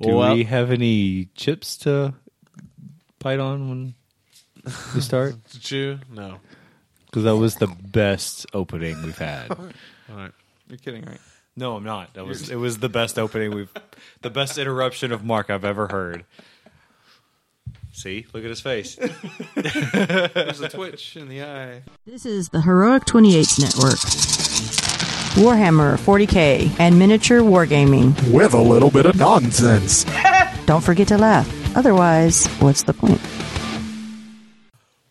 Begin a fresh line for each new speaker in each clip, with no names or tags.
Do
Well-
we have any chips to bite on when we start?
Did you? No.
Because that was the best opening we've had.
All right.
You're kidding, right?
No, I'm not. That was it was the best opening we've the best interruption of Mark I've ever heard. See? Look at his face.
There's a twitch in the eye.
This is the Heroic 28 Network. Warhammer 40k and miniature wargaming.
with a little bit of nonsense.
Don't forget to laugh. Otherwise, what's the point?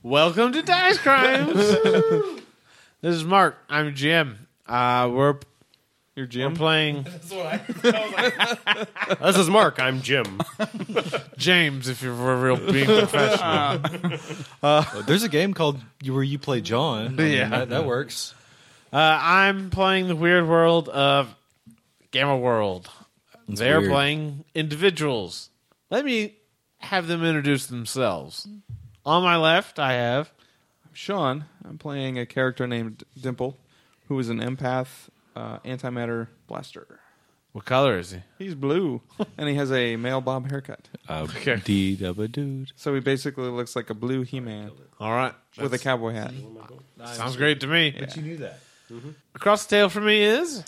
Welcome to Dice Crimes. this is Mark. I'm Jim. Uh, we're
Your
I'm
Jim.
playing.
This is Mark. I'm Jim.
James, if you're for real being professional.
There's a game called where you play John. I mean,
Yeah.
that, that works.
Uh, I'm playing the weird world of Gamma World. They're
weird.
playing individuals. Let me have them introduce themselves. On my left, I have
Sean. I'm playing a character named Dimple, who is an empath uh, antimatter blaster.
what color is he?
He's blue, and he has a male bob haircut.
Uh, D double dude.
So he basically looks like a blue He-Man
All right,
with a cowboy hat.
sounds great to me.
You knew that.
Across the table from me is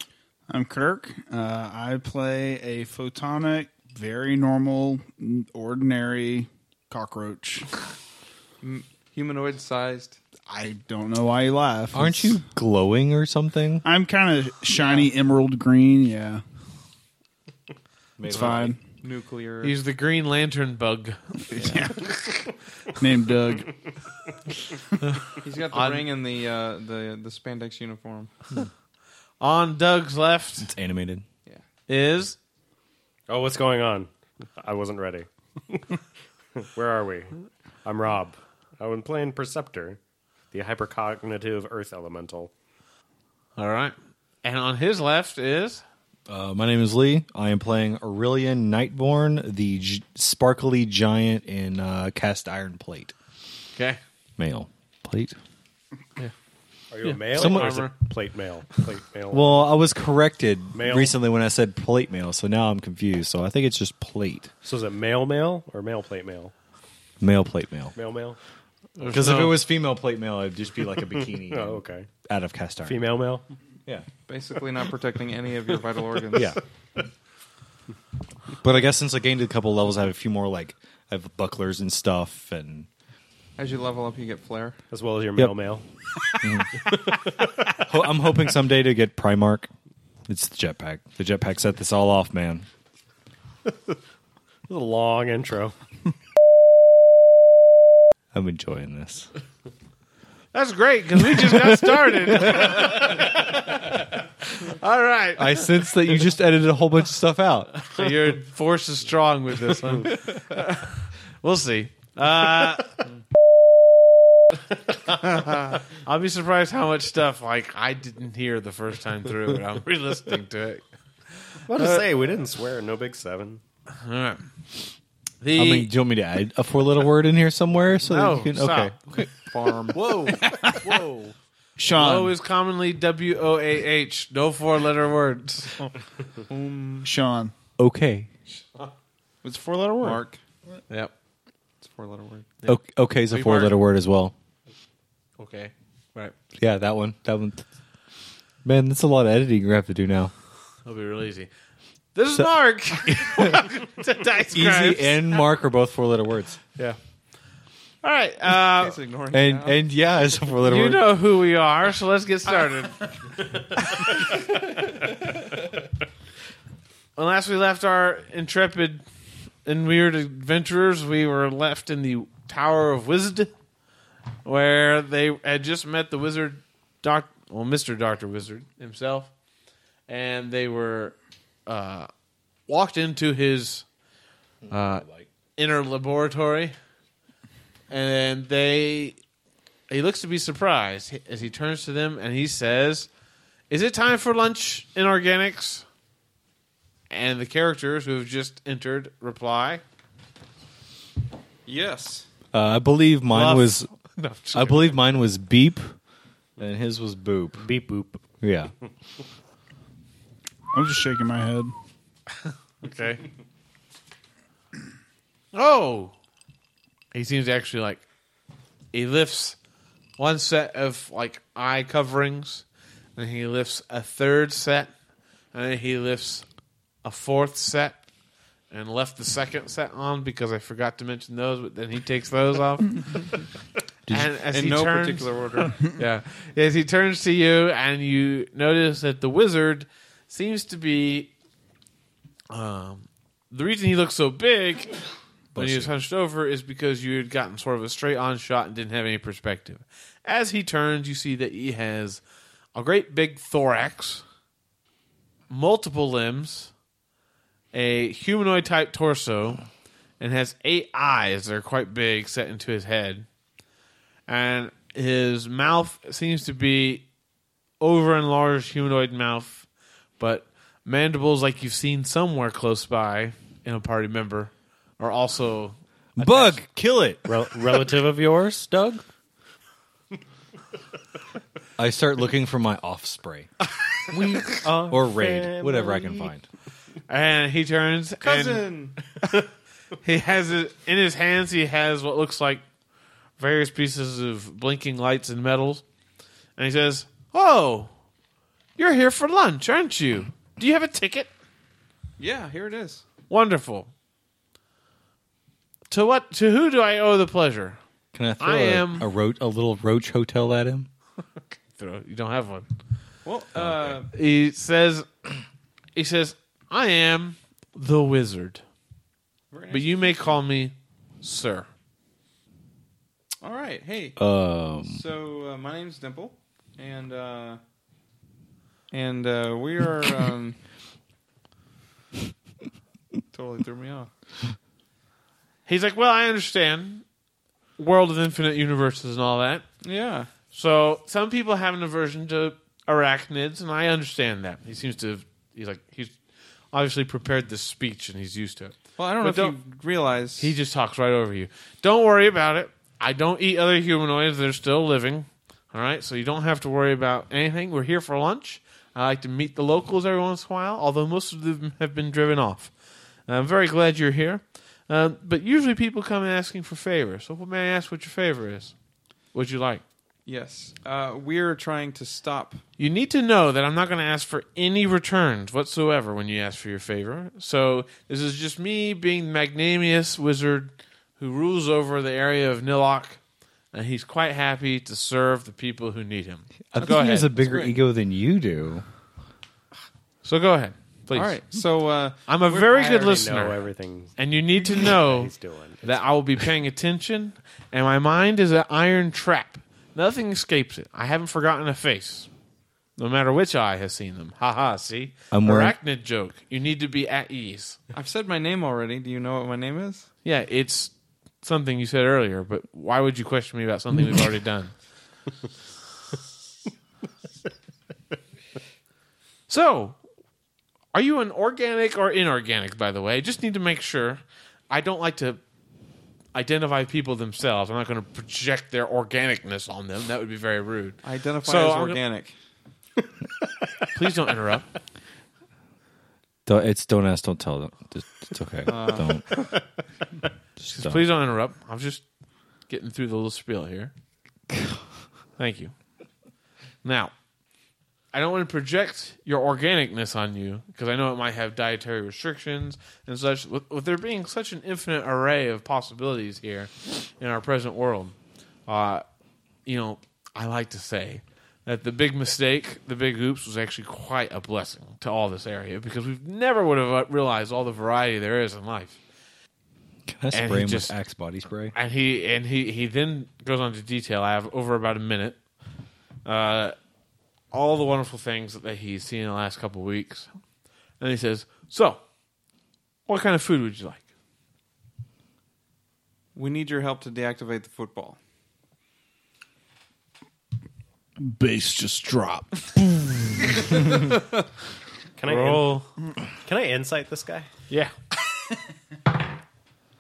I'm Kirk. Uh, I play a photonic, very normal, n- ordinary cockroach.
Humanoid-sized.
I don't know why you laugh.
Aren't
It's-
you glowing or something?
I'm kind of shiny emerald green. Yeah, it's fine.
Nuclear.
he's the Green Lantern bug.
Named Doug.
he's got the
on-
ring and the uh, the the spandex uniform.
On Doug's left
It's animated.
Yeah.
is
Oh, what's going on? I wasn't ready. Where are we? I'm Rob. I'm playing Perceptor, the hypercognitive Earth elemental.
all right, and on his left is
Uh, my name is Lee. I am playing Aurelian Nightborn, the g- sparkly giant in uh, cast iron plate.
okay.
Male plate.
Are you a male
Someone-
or is it
armor.
plate male? Plate male.
Well, I was corrected
Male.
recently when I said plate mail, so now I'm confused. So I think it's just plate,
so is it male male or male plate male?
male plate mail.
Male male.
Because if it was female plate mail, it'd just be like a bikini
Oh, okay.
out of cast iron.
Female male.
Yeah,
Basically, not protecting any of your vital organs.
yeah. but I guess since I gained a couple levels, I have a few more like I have bucklers and stuff, and
As you level up, you get flair.
As well as your male male.
ho- I'm hoping someday to get Primark. It's the jetpack. The jetpack set this all off, man.
This is a long intro.
I'm enjoying this.
That's great because we just got started. All right,
I sense that you just edited a whole bunch of stuff out.
so your force is strong with this one. we'll see. Uh, I'll be surprised how much stuff like I didn't hear the first time through, and I'm re-listening to it.
What to say? We didn't swear. No big seven.
All right. The
I mean, do you want me to add a four letter word in here somewhere so
No,
that you can?
stop.
Okay.
Farm.
whoa, whoa.
Sean.
O is commonly W O A H. No four letter words.
Sean.
Okay.
It's four letter word.
Mark.
Yep.
It's a four-letter word.
O- Okay is a
We
four letter word as well.
Okay. Right.
Yeah, that one. That one. Man, that's a lot of editing you're gonna have to do now.
That'll be real easy. This is Mark. Welcome to Dice
Easy
Crimes.
and Mark are both four letter words.
yeah. All right. Uh,
He's ignoring
And
it now.
and yeah, it's a four letter
you
word.
know who we are, so let's get started. When last we left our intrepid and weird adventurers, we were left in the Tower of Wizard, where they had just met the wizard, doc, well, Mister Doctor Wizard himself, and they were uh, walked into his uh, inner laboratory, and they he looks to be surprised as he turns to them and he says, "Is it time for lunch in organics?" And the characters who have just entered reply,
yes.
Uh, I believe mine
Bluff.
was.
No, I'm just
I believe mine was beep, and his was boop.
Beep boop.
Yeah.
I'm just shaking my head.
okay. Oh, he seems to actually like. He lifts one set of like eye coverings, and he lifts a third set, and then he lifts a fourth set, and left the second set on because I forgot to mention those. But then he takes those off. and as
in
he
no
turns,
particular order.
yeah. As he turns to you, and you notice that the wizard seems to be. Um, the reason he looks so big when he was hunched over is because you had gotten sort of a straight on shot and didn't have any perspective. As he turns, you see that he has a great big thorax, multiple limbs, a humanoid type torso, and has eight eyes that are quite big set into his head and his mouth seems to be over enlarged humanoid mouth, but mandibles like you've seen somewhere close by in a party member are also
Bug, kill it.
Rel- relative of yours, Doug?
I start looking for my off spray or raid, whatever I can find.
and he turns and he has it in his hands he has what looks like various pieces of blinking lights and metals and he says oh you're here for lunch aren't you do you have a ticket
yeah, here it is.
wonderful to what to who do i owe the pleasure
Can I throw
I
a-
am-
a, ro- a little roach hotel at him?
Throw- you don't have one
Well,
Oh,
uh,
he says he says i am the wizard but you may call me sir
uh, all right. Hey,
Um,
so uh, my name's Dimple, and uh, and uh, we are um, totally threw me off.
he's like well i understand world of infinite universes and all that
Yeah,
so some people have an aversion to arachnids and i understand that he seems to have, he's like he's obviously prepared this speech and he's used to it
Well, I don't know
But
if you realize
He just talks right over you. Don't worry about it. I don't eat other humanoids. They're still living. All right, so you don't have to worry about anything. We're here for lunch. I like to meet the locals every once in a while, although most of them have been driven off. And I'm very glad you're here. Um, but usually people come asking for favors. So may I ask what your favor is? Would you like?
yes, uh, we're trying to stop.
You need to know that I'm not going to ask for any returns whatsoever when you ask for your favor. So this is just me being the magnanimous wizard who rules over the area of Nilok, and he's quite happy to serve the people who need him.
I
go
think he has a
ahead.
bigger
great.
ego than you do.
So go ahead, please.
All right, so uh,
I'm a very good
I know
listener,
everything
and you need to know
he's doing.
that I will be paying attention, and my mind is an iron trap. Nothing escapes it. I haven't forgotten a face, no matter which eye has seen them. Ha ha, see?
I'm wearing-
Arachnid joke. You need to be at ease.
I've said my name already. Do you know what my name is?
Yeah, it's something you said earlier, but why would you question me about something we've already done? so, are you an organic or inorganic, by the way? I just need to make sure. I don't like to identify people themselves. I'm not going to project their organicness on them. That would be very rude.
I identify
So,
as
I'm gonna-
organic.
Please don't interrupt.
Don't- It's don't ask, don't tell. It's, it's okay.
Uh,
don't. Just don't.
Please don't interrupt. I'm just getting through the little spiel here. Thank you. Now, I don't want to project your organicness on you because I know it might have dietary restrictions and such. With, with there being such an infinite array of possibilities here in our present world, uh, you know, I like to say that the big mistake, the big oops, was actually quite a blessing to all this area because we never would have uh, realized all the variety there is in life.
Can I
and
spray
he
him
just-
with Axe body spray?
and he and he he then goes on to detail. I have over about a minute. Uh, all the wonderful things that he's seen in the last couple of weeks, and he says, "So, what kind of food would you like?"
We need your help to deactivate the football.
Bass just dropped.
Can I, in-
Roll.
can I insight this guy?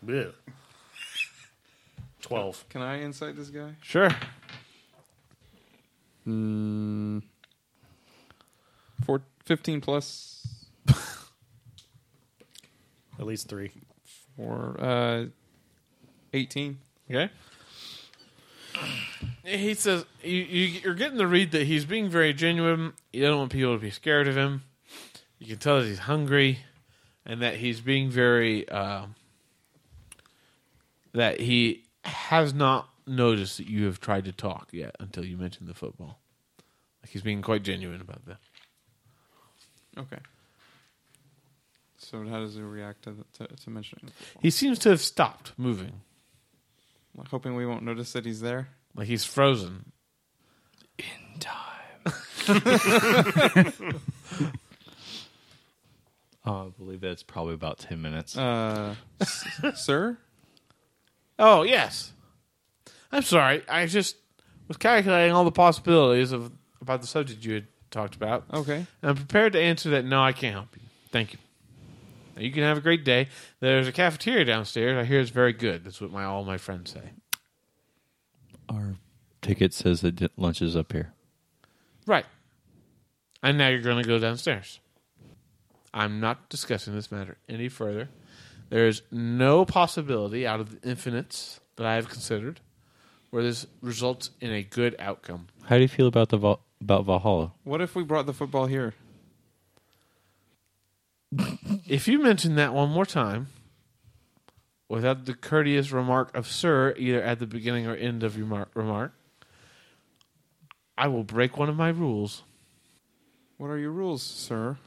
Yeah.
12.
Can I incite this guy?
Sure.
Four, 15 plus
At least three.
four, uh, 18.
Okay. He says you, you you're getting the read that he's being very genuine. You don't want people to be scared of him. You can tell that he's hungry, and that he's being very uh, that he has not noticed that you have tried to talk yet until you mentioned the football. Like he's being quite genuine about that.
Okay. So how does he react to, the, to, to mentioning? the football?
He seems to have stopped moving,
Like, hoping we won't notice that he's there.
like he's frozen.
Oh, I believe that's probably about 10 minutes.
Uh, s- sir,
Oh, yes. I'm sorry. I just was calculating all the possibilities of about the subject you had talked about.
okay.
And I'm prepared to answer that no, I can't help you. Thank you. Now, you can have a great day. There's a cafeteria downstairs. I hear it's very good. That's what my all my friends say.
Our ticket says that di- lunch is up here.
Right. And now you're going to go downstairs. I'm not discussing this matter any further. There is no possibility out of the infinites that I have considered where this results in a good outcome.
How do you feel about the Val- about Valhalla?
What if we brought the football here?
If you mention that one more time, without the courteous remark of "sir" either at the beginning or end of your mar- remark, I will break one of my rules.
What are your rules, sir?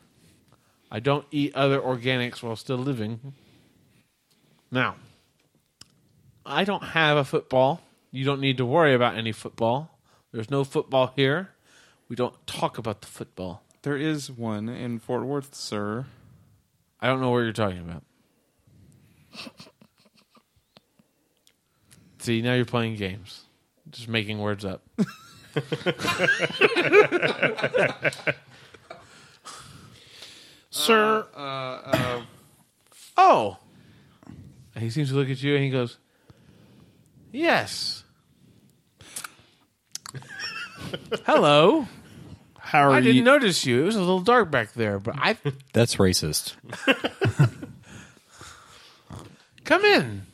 I don't eat other organics while still living. Now, I don't have a football. You don't need to worry about any football. There's no football here. We don't talk about the football.
There is one in Fort Worth, sir.
I don't know what you're talking about. See, now you're playing games, just making words up.
Sir,
Uh, Oh, And he seems to look at you and he goes, "Yes, hello."
how are
I
you?
didn't notice you. It was a little dark back there, but I
That's racist.
come in.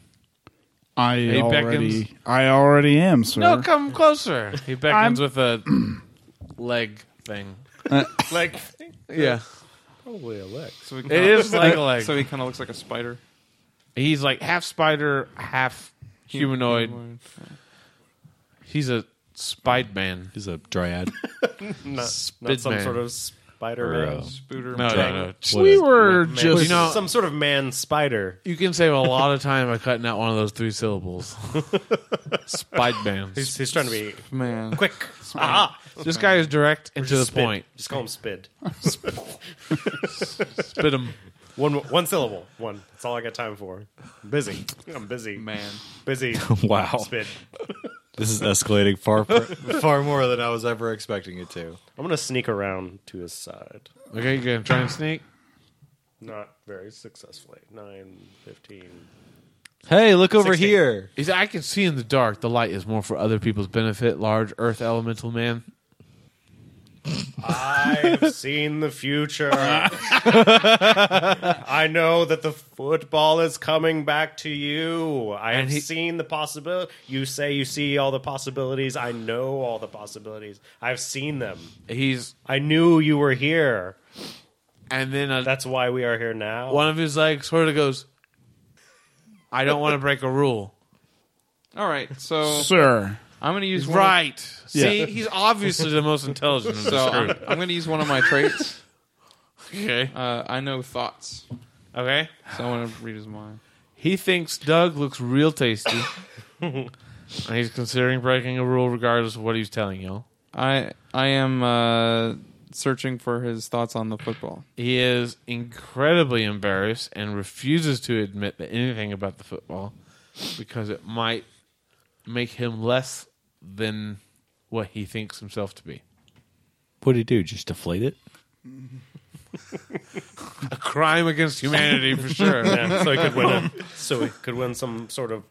I
he
already,
beckons.
I already am, sir.
No, come closer. He beckons
I'm-
with a leg thing.
Like,
Uh, Yeah, Uh,
probably a lick.
So we
it is like a leg.
So he kind of looks like a spider.
He's like half spider, half humanoid. He's a spied man.
He's a dryad.
Not, not some
Spidman.
sort of spider.
Or, uh,
Spooter.
No, no, no.
what
We
is-
were
man.
just
Just
you know
some sort of man spider.
you can save a lot of time by cutting out one of those three syllables. spied man.
He's, he's trying to be
Man.
quick. Ah,
This guy is direct and to the
Spid.
point.
Just call him Spid.
Spit him.
One one syllable. One. That's all I got time for. I'm busy. I'm busy.
Man.
Busy.
Wow.
Spid.
This is escalating far far more than I was ever expecting it to.
I'm gonna sneak around to his side.
Okay, you gonna try and sneak?
Not very successfully. Nine, fifteen.
Hey, look over
16.
here.
He's, I can see in the dark. The light is more for other people's benefit. Large Earth Elemental Man.
I have seen the future. I know that the football is coming back to you. I have
he-
seen the possibility. You say you see all the possibilities. I know all the possibilities. I've seen them.
He's
I knew you were here.
and then a,
That's why we are here now.
one of his legs sort of goes. I don't want to break a rule.
All right, so
sir.
I'm going to use one of-
Right. See, he's obviously the most intelligent. Of
so
this
I'm,
group.
I'm going to use one of my traits.
Okay.
Uh, I know thoughts,
Okay.
so I want to read his mind.
He thinks Doug looks real tasty. and he's considering breaking a rule regardless of what he's telling y'all.
I I am uh, searching for his thoughts on the football.
He is incredibly embarrassed and refuses to admit that anything about the football because it might make him less than what he thinks himself to be.
What do you do? Just deflate it?
A crime against humanity for sure.
Yeah, so he could win. A, so he could win some sort of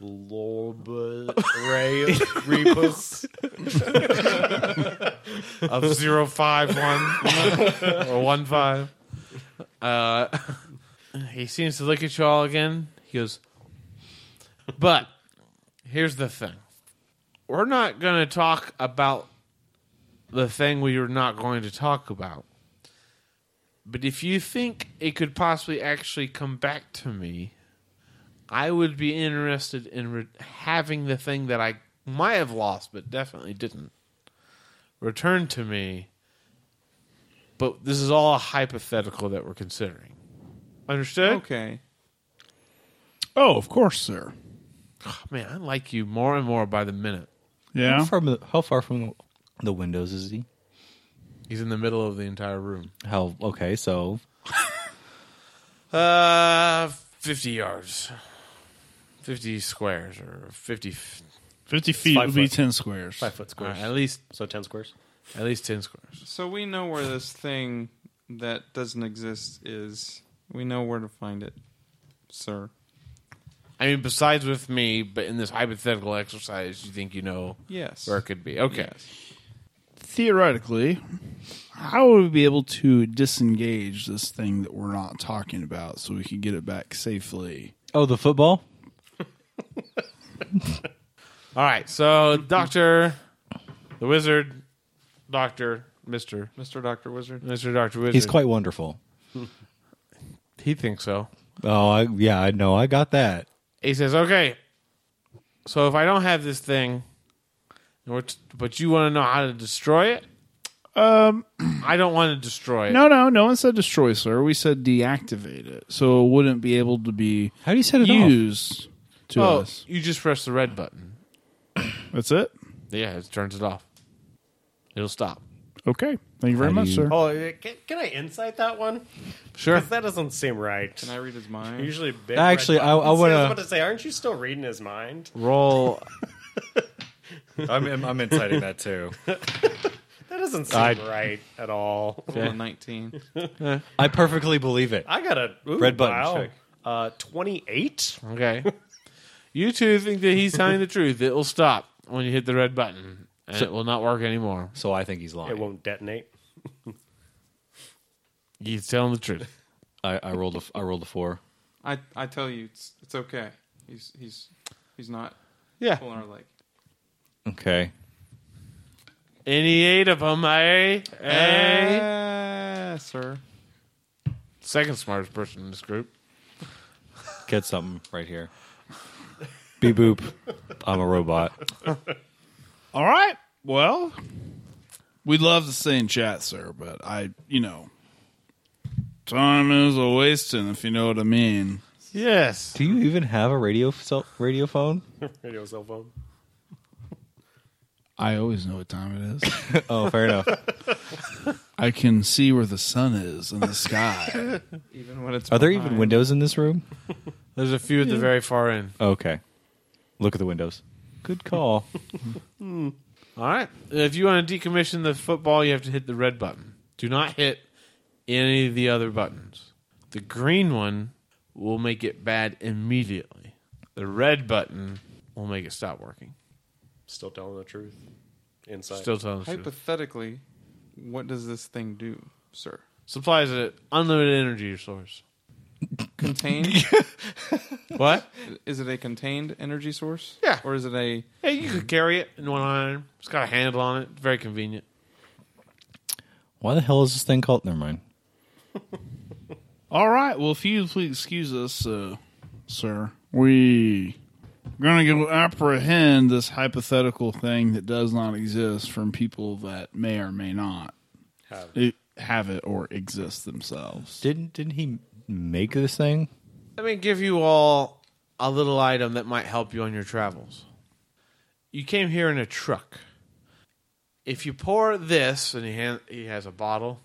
Lorba Ray Rebus.
of zero five one or one five. Uh, he seems to look at you all again. He goes, But here's the thing we're not going to talk about the thing we are not going to talk about. But if you think it could possibly actually come back to me, I would be interested in re- having the thing that I might have lost, but definitely didn't, return to me. But this is all a hypothetical that we're considering. Understood?
Okay.
Oh, of course, sir.
Man, I like you more and more by the minute.
How
Yeah.
far, from the- how far from the, the windows is he?
He's in the middle of the entire room.
How okay? So
Uh, 50 yards. 50 squares or 50 f-
50 feet
five
would be
foot.
10 squares.
Five foot
all
squares.
right, at least
So ten squares.
at least 10 squares.
So we know where this thing that doesn't exist is. We know where to find it, sir.
I mean besides with me, but in this hypothetical exercise, you think you know
Yes.
where it could be. Okay.
Theoretically, how would we be able to disengage this thing that we're not talking about so we can get it back safely?
oh, the football.
All right. So, Dr. the Wizard, Dr. Mr.
Mr. Dr. Wizard.
Mr. Dr. Wizard.
He's quite wonderful.
he thinks so.
Oh I, yeah, I know. I got that.
he says, "Okay, so if I don't have this thing, and we're t- but you want to know how to destroy it? Um, I don't want to destroy it.
No, no, no one said destroy, sir. We said deactivate it so it wouldn't be able to be
How do you set it off?
used to
oh,
us.
you just press the red button.
That's it?
Yeah, it turns it off. It'll stop.
Okay. Thank you very
How do
much,
you-
sir.
Oh, uh, can, can I insight that one?
Sure.
'Cause that doesn't seem right.
Can I read his mind?
Usually, big
Actually,
red
I- I
buttons. See, was
wanna-
about to say, aren't you still reading his mind?
Roll.
I'm, I'm, I'm inciting that too.
That doesn't seem
I-
right at all.
Roll a 19.
I perfectly believe it.
I got a ooh,
Red button,
wow.
check.
Uh, twenty-eight.
Okay. you two think that he's telling the truth. It will stop when you hit the red button, and it will not work anymore.
So I think he's lying.
It won't detonate.
He's telling the truth.
I, I rolled a f- I rolled a four.
I, I tell you, it's, it's okay. He's, he's, he's not
Yeah.
pulling our leg.
Okay.
Any eight of them, eh? Eh?
Uh, sir.
Second smartest person in this group.
Get something right here. Beep boop. I'm a robot.
All right. Well, we'd love to stay in chat, sir, but I, you know, time is a wasting if you know what I mean.
Yes.
Do you even have a radio cell, radio phone?
Radio cell phone.
I always know what time it is.
Oh, fair enough.
I can see where the sun is in the sky.
Even when it's.
Are there
behind.
even windows in this room?
There's a few at the very far end.
Okay. Look at the windows. Good call.
All right. If you want to decommission the football, you have to hit the red button. Do not hit any of the other buttons. The green one will make it bad immediately. The red button will make it stop working.
Still telling the truth. Inside.
Still telling the truth.
Hypothetically, what does this thing do, sir?
Supplies an unlimited energy source.
Contained?
What?
is it a contained energy source?
Yeah.
Or is it a.
hey, you could carry it in one arm. It's got a handle on it. It's very convenient.
Why the hell is this thing called? Never mind.
All right. Well, if you please excuse us, uh, sir, we going to go apprehend this hypothetical thing that does not exist from people that may or may not
Have.
it, have it or exist themselves.
Didn't didn't he make this thing?
Let me give you all a little item that might help you on your travels. You came here in a truck. If you pour this, and he, hand, he has a bottle,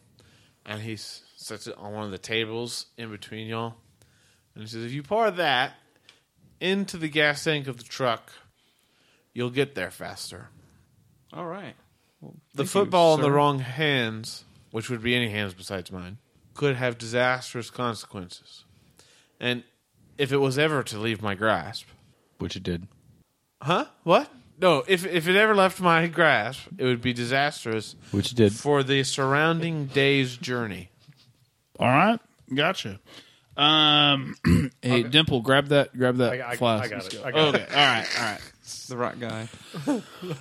and he s- sets it on one of the tables in between y'all, and he says, if you pour that into the gas tank of the truck, you'll get there faster.
All right.
The
Thank you,
football in the
sir.
wrong hands, which would be any hands besides mine, could have disastrous consequences. And if it was ever to leave my grasp,
Which it did.
huh? What? No, if if it ever left my grasp, it would be disastrous
Which it did.
for the surrounding day's journey.
All right, gotcha. Um, hey, Dimple, grab that, grab that
I, I,
flask.
I got
Let's
it.
go.
I got
okay,
it.
all right, all right.
The rock guy.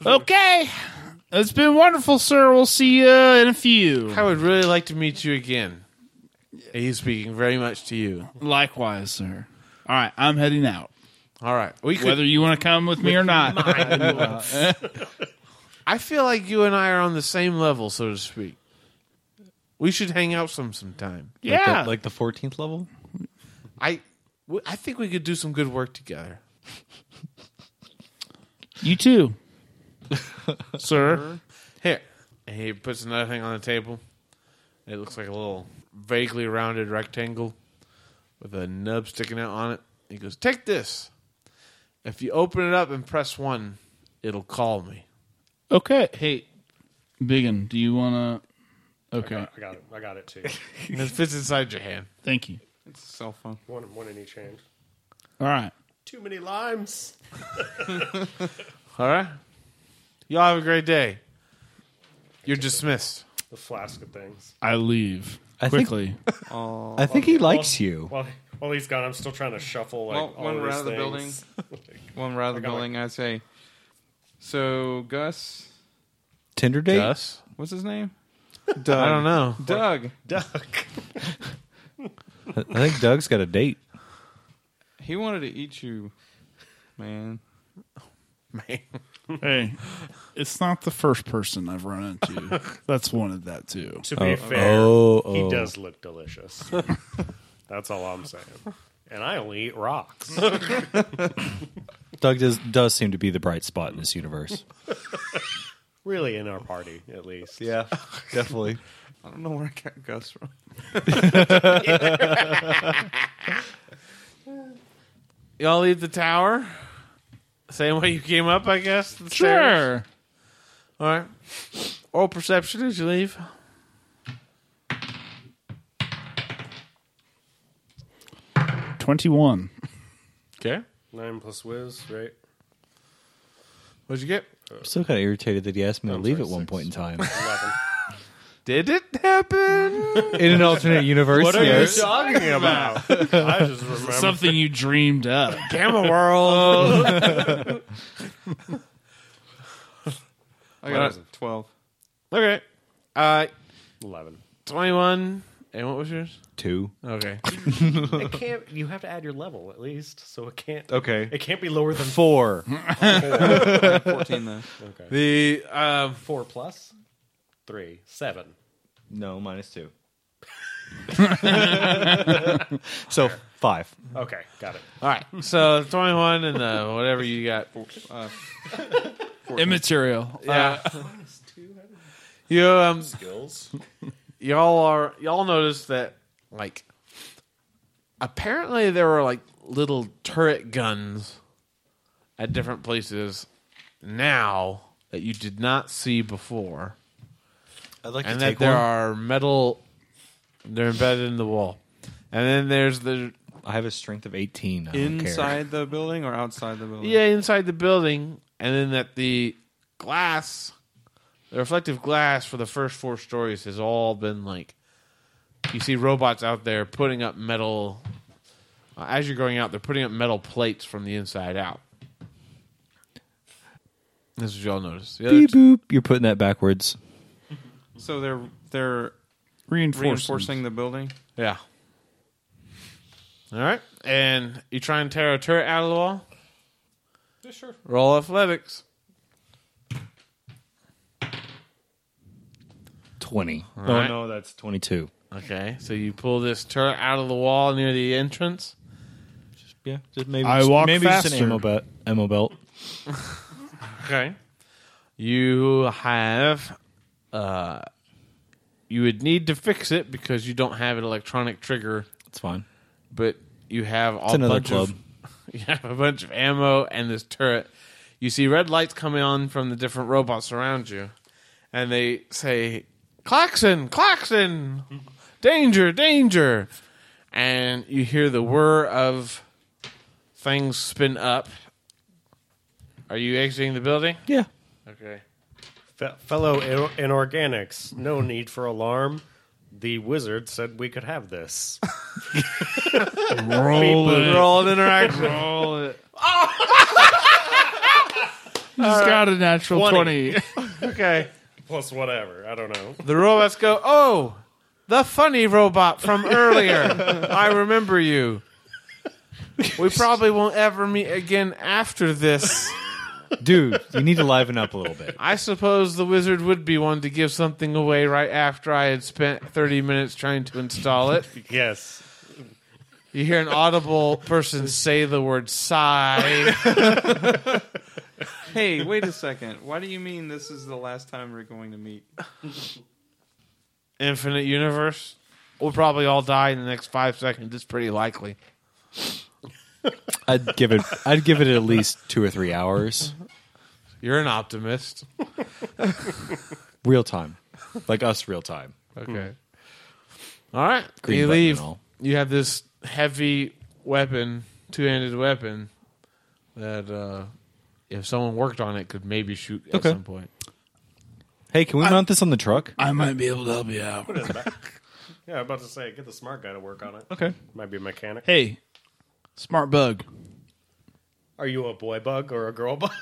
Okay, it's been wonderful, sir. We'll see you in a few.
I would really like to meet you again. He's speaking very much to you.
Likewise, sir. All right, I'm heading out.
All right. We could,
Whether you want to come with me or not,
I feel like you and I are on the same level, so to speak. We should hang out some sometime.
yeah,
Like the fourteenth level.
I, w- I think we could do some good work together.
you too, sir.
Here. And he puts another thing on the table. It looks like a little vaguely rounded rectangle with a nub sticking out on it. He goes, Take this. If you open it up and press one, it'll call me.
Okay, hey, Biggin, do you want to? Okay,
I got it. I got it too.
And it fits inside your hand.
thank you.
It's a cell phone.
One, one in each hand.
All right.
Too many limes.
All right? Y'all have a great day. You're dismissed.
The flask of things.
I leave
think-
quickly.
Oh.
I think he likes you.
While, while he's gone, I'm still trying to shuffle like
Well,
all
when
of
we're
these
out of the
things.
One rather the
got
building, I say. So Gus,
Tinder date.
Gus?
what's his name?
I don't know.
Doug.
I think Doug's got a date.
He wanted to eat you, man.
Man.
hey, it's not the first person I've run into that's wanted that too.
To be fair,
Oh,
he
oh.
does look delicious. That's all I'm saying. And I only eat rocks.
Doug does does seem to be the bright spot in this universe.
really, in our party, at least.
Yeah, definitely.
I don't know where I got Gus from.
Y'all leave the tower? Same way you came up, I guess? the stairs?
Sure.
All right. Oral perception as you leave.
Twenty-one.
Okay.
Nine plus whiz, right?
What'd you get?
I'm still kind of irritated that he asked me to leave at
sorry,
one
six.
point in time.
Eleven.
Did it happen?
in an alternate universe,
what are you
yes.
talking about? I just remember.
Something you dreamed up.
Gamma World.
I got a twelve.
okay. Uh,
Eleven.
21. And what was yours?
Two.
Okay.
It can't. You have to add your level at least, so it can't.
Okay.
It can't be lower than four,
Four.
Fourteen though.
The um,
four plus three, seven.
No, minus two. so five.
Okay, got it.
all right. So 21 and uh, whatever you got.
Immaterial.
Yeah. You um
Skills.
y'all are y'all noticed that like apparently there were like little turret guns at different places now that you did not see before.
I'd like
and that there are metal they're embedded in the wall and then there's the
I have a strength of 18. I don't care.
Inside the building or outside the building?
yeah inside the building and then that the glass the reflective glass for the first four stories has all been like you see robots out there putting up metal uh, as you're going out they're putting up metal plates from the inside out this is what y'all notice the other
Beep boop. You're putting that backwards.
So they're they're
Reinforcing.
reinforcing the building.
Yeah. All right. And you try and tear a turret out of the wall? Yeah, sure. Roll athletics.
20. Oh,
right.
no, that's 22.
Okay. So you pull this turret out of the wall near the entrance.
Yeah, just maybe.
I walk
maybe just
faster.
an ammo belt. Ammo belt.
Okay. You have. Uh, you would need to fix it because you don't have an electronic trigger,
It's fine.
but you have all
It's another
bunch
club.
of you have a bunch of ammo and this turret. You see red lights coming on from the different robots around you, and they say, "Klaxon, klaxon, danger, danger!" And you hear the whir of things spin up. Are you exiting the building?
Yeah.
Okay.
Fe- fellow in- inorganics, no need for alarm. the wizard said we could have this.
Roll it.
Roll an interaction.
Roll it. He's got a natural 20.
okay.
Plus whatever. I don't know.
The robots go, oh, the funny robot from earlier. I remember you. We probably won't ever meet again after this.
Dude, you need to liven up a little bit.
I suppose the wizard would be one to give something away right after I had spent 30 minutes trying to install it.
Yes.
You hear an audible person say the word sigh.
Hey, wait a second. Why do you mean this is the last time we're going to meet?
Infinite universe. We'll probably all die in the next five seconds. It's pretty likely.
I'd give it. I'd give it at least two or three hours,
You're an optimist.
real time, like us, real time.
Okay. All right.
Hmm. Green
you
button
leave.
and all.
You have this heavy weapon, two-handed weapon that uh, if someone worked on it could maybe shoot at
Okay.
some point.
Hey, can we mount this on the truck?
I might be able to help you out.
Yeah, I'm about to say, get the smart guy to work on it.
Okay.
Might be a mechanic.
Hey, smart bug.
Are you a boy bug or a girl bug?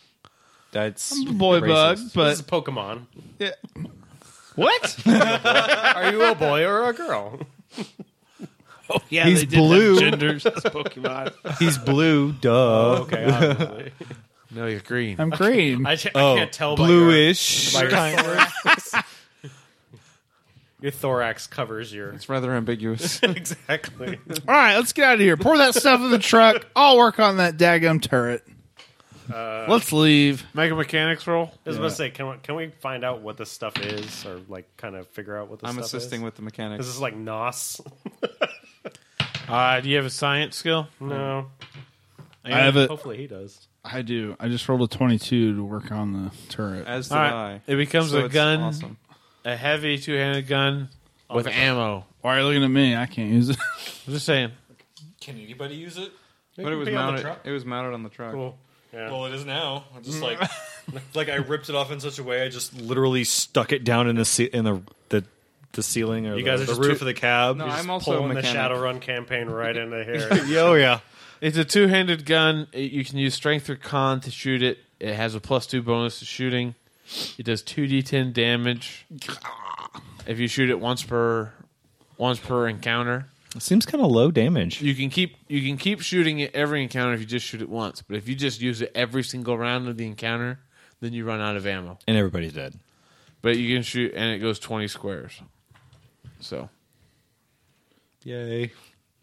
That's
Boy bug,
racist.
this
but.
is Pokemon.
What?
Are you a boy or a girl? Oh,
Yeah,
He's
they did have
blue.
Genders. That's Pokemon.
He's blue, duh.
Okay, obviously.
No, you're green.
I'm green.
I, j- I
Oh,
can't tell by your-
bluish.
by your, thorax. your thorax covers your
It's rather ambiguous.
exactly.
All right, let's get out of here. Pour that stuff in the truck. I'll work on that daggum turret. let's leave.
Make a mechanics roll.
I was about to say, can we, can we find out what this stuff is, or like kind of figure out what this
I'm
stuff
assisting
is?
with the mechanics.
Is this like nos?
Uh, do you have a science skill?
No,
I have it.
Hopefully he does.
I do. I just rolled a 22 to work on the turret.
As did
All
I.
right. It becomes
So
a
it's
gun,
Awesome. Oh
a heavy two-handed gun with ammo.
Why are you looking at me? I can't use it.
I'm just saying.
Can anybody use it?
But it was mounted. It was mounted on the truck.
Cool. Yeah.
Well, it is now. I'm just like, like I ripped it off in such a way. I just literally stuck it down in the ce- in the the, the ceiling or
You
the,
guys are
the
just
roof
too-
of the cab.
No,
Just-
I'm also a
pulling the
mechanic.
Shadowrun campaign right into here.
Yeah, oh yeah.
It's a two-handed gun. It- You can use strength or con to shoot it. It has a plus two bonus to shooting. It does two d10 damage if you shoot it once per once per encounter.
It seems kind of low damage.
You can keep you can keep shooting it every encounter if you just shoot it once. But if you just use it every single round of the encounter, then you run out of ammo.
And everybody's dead.
But you can shoot, and it goes twenty squares. So
Yay.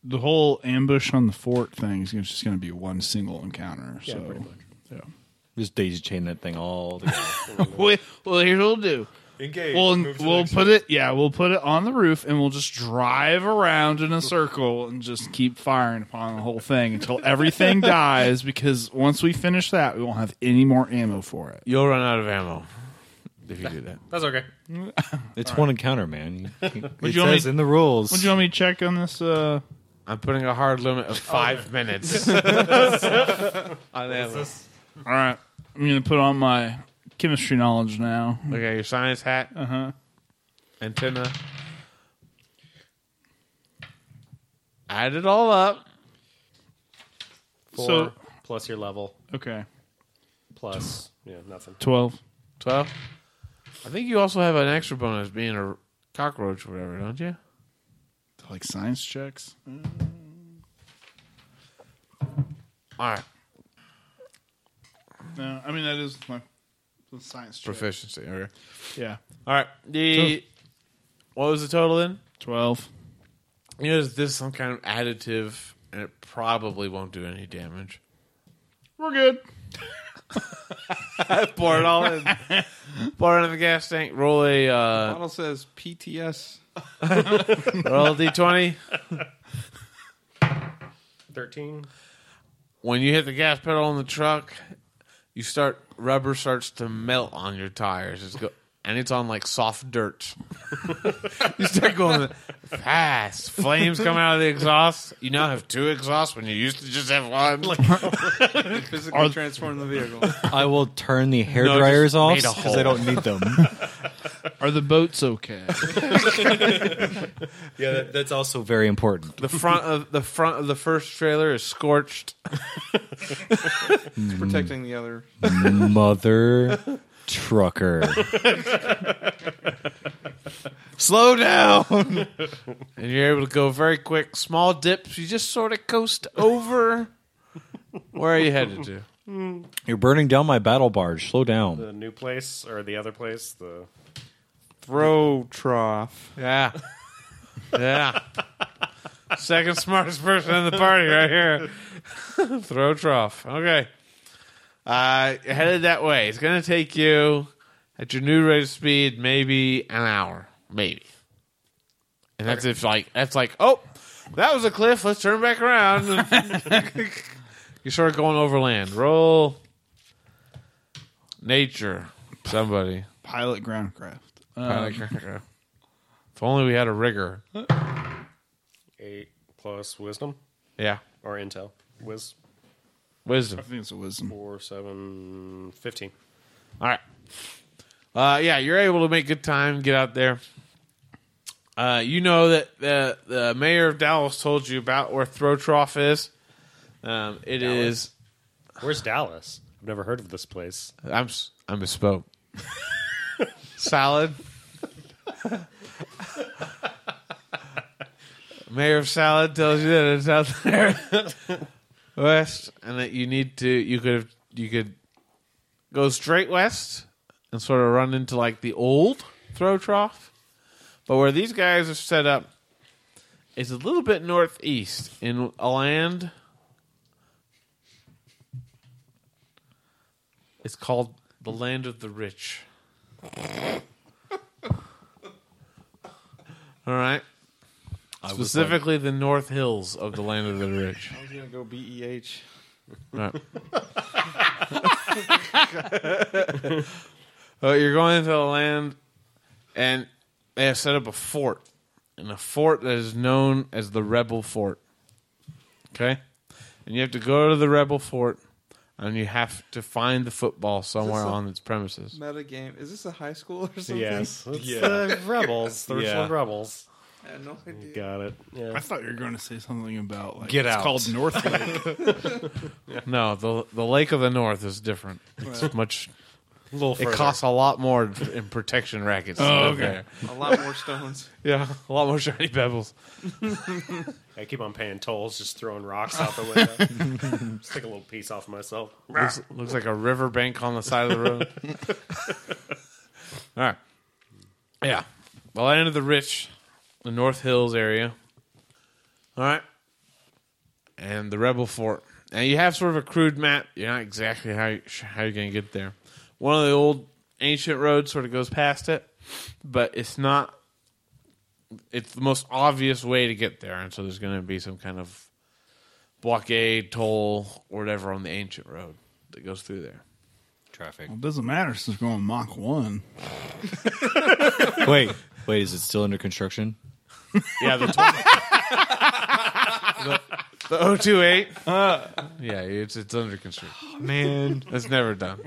the whole ambush on the fort thing is just going to be one single encounter. so, yeah.
Just daisy chain that thing all together.
We, well, here's what we'll do.
Engage.
We'll
Move to the
we'll
next
put it. Yeah, we'll put it on the roof, and we'll just drive around in a circle and just keep firing upon the whole thing until everything dies. Because once we finish that, we won't have any more ammo for it.
you'll run out of ammo if you do that.
That's okay.
it's one encounter, man. You- It
you want me-
says in the rules.
Would you want me to check on this? Uh,
I'm putting a hard limit
Oh.
of five minutes.
all right, I'm going to put on my chemistry knowledge now.
Okay, your science hat. Uh huh.
Uh-huh.
Antenna. Add it all up.
Four
So-
plus your level
Okay,
plus yeah nothing.
twelve.
Twelve. I think you also have an extra bonus being a cockroach or whatever, don't you?
Like science checks.
All right.
No, I mean that is my science check.
Proficiency. Okay.
Yeah,
All right. The what was the total then?
twelve.
You know, is this some kind of additive, and it probably won't do any damage.
We're good.
Pour it all in. Pour it in the gas tank. Roll a uh,
Model says PTS.
roll a d twenty.
Thirteen.
when you hit the gas pedal on the truck, you start rubber starts to melt on your tires. It's go, and it's on like soft dirt. you start going fast. Flames come out of the exhaust. You now have two exhausts when you used to just have one. Like,
Physically transform the vehicle.
I will turn the hair
No, just
dryers off
made a
because I
hole.
don't need them.
Are the boats okay?
Yeah, that, that's also very important.
The front of the front of the first trailer is scorched.
It's protecting the other.
Mother trucker.
Slow down, and you're able to go very quick. Small dips. You just sort of coast over. Where are you headed to?
You're burning down my battle barge. Slow down.
The new place or the other place? The
Throw trough.
Yeah, yeah. Second smartest person in the party, right here. Throw trough. Okay. Uh, headed that way. It's gonna take you at your new rate of speed, maybe an hour, maybe. And that's if like that's like oh, that was a cliff. Let's turn back around. You're sort of going over land. Roll nature. Somebody.
Pilot groundcraft. Uh,
if only we had a rigger.
eight plus wisdom
Yeah.
or intel. Wiz
Wisdom.
I think it's a wisdom.
four, seven, 15.
All right. Uh, yeah, you're able to make good time, get out there. Uh, you know that the the mayor of Dallas told you about where Throw Trough is. Um, it is-
Where's Dallas? I've never heard of this place.
I'm s- I misspoke. Salad. mayor of Salad tells you that it's out there west, and that you need to. You could have. You could go straight west and sort of run into like the old throw trough. But where these guys are set up is a little bit northeast in a land. It's called the land of the rich. All right. Specifically, the North Hills of the land of the rich.
I was gonna go B E H.
Uh, you're going into the land, and they have set up a fort, and a fort that is known as the Rebel Fort. Okay, and you have to go to the Rebel Fort, and you have to find the football somewhere
a-
on its premises.
Meta game. Is this a high school or something?
Yes. It's the Rebels. The Richland Rebels.
I had no idea.
Got it. Yeah.
I thought you were going to say something about like
Get
it's
out.
called North Lake.
No, the the Lake of the North is different. It's much.
A little further.
It costs a lot more in protection rackets. than
Oh,
up
okay.
there.
A lot more stones.
Yeah, a lot more shiny pebbles.
I keep on paying tolls, just throwing rocks out the window. just take a little piece off myself.
looks, looks like a riverbank on the side of the road. All right. Yeah. The land of the rich, the North Hills area. All right. And the Rebel Fort. Now, you have sort of a crude map. You're not exactly how, you, how you're going to get there. One of the old ancient roads sort of goes past it, but it's not. It's the most obvious way to get there, and so there's going to be some kind of blockade, toll, or whatever on the ancient road that goes through there.
Traffic.
It doesn't matter since we're going Mach 1.
Wait, wait. Is it still under construction?
Yeah, the, 20, the, the 028. yeah, it's it's under construction.
Man,
It's never done.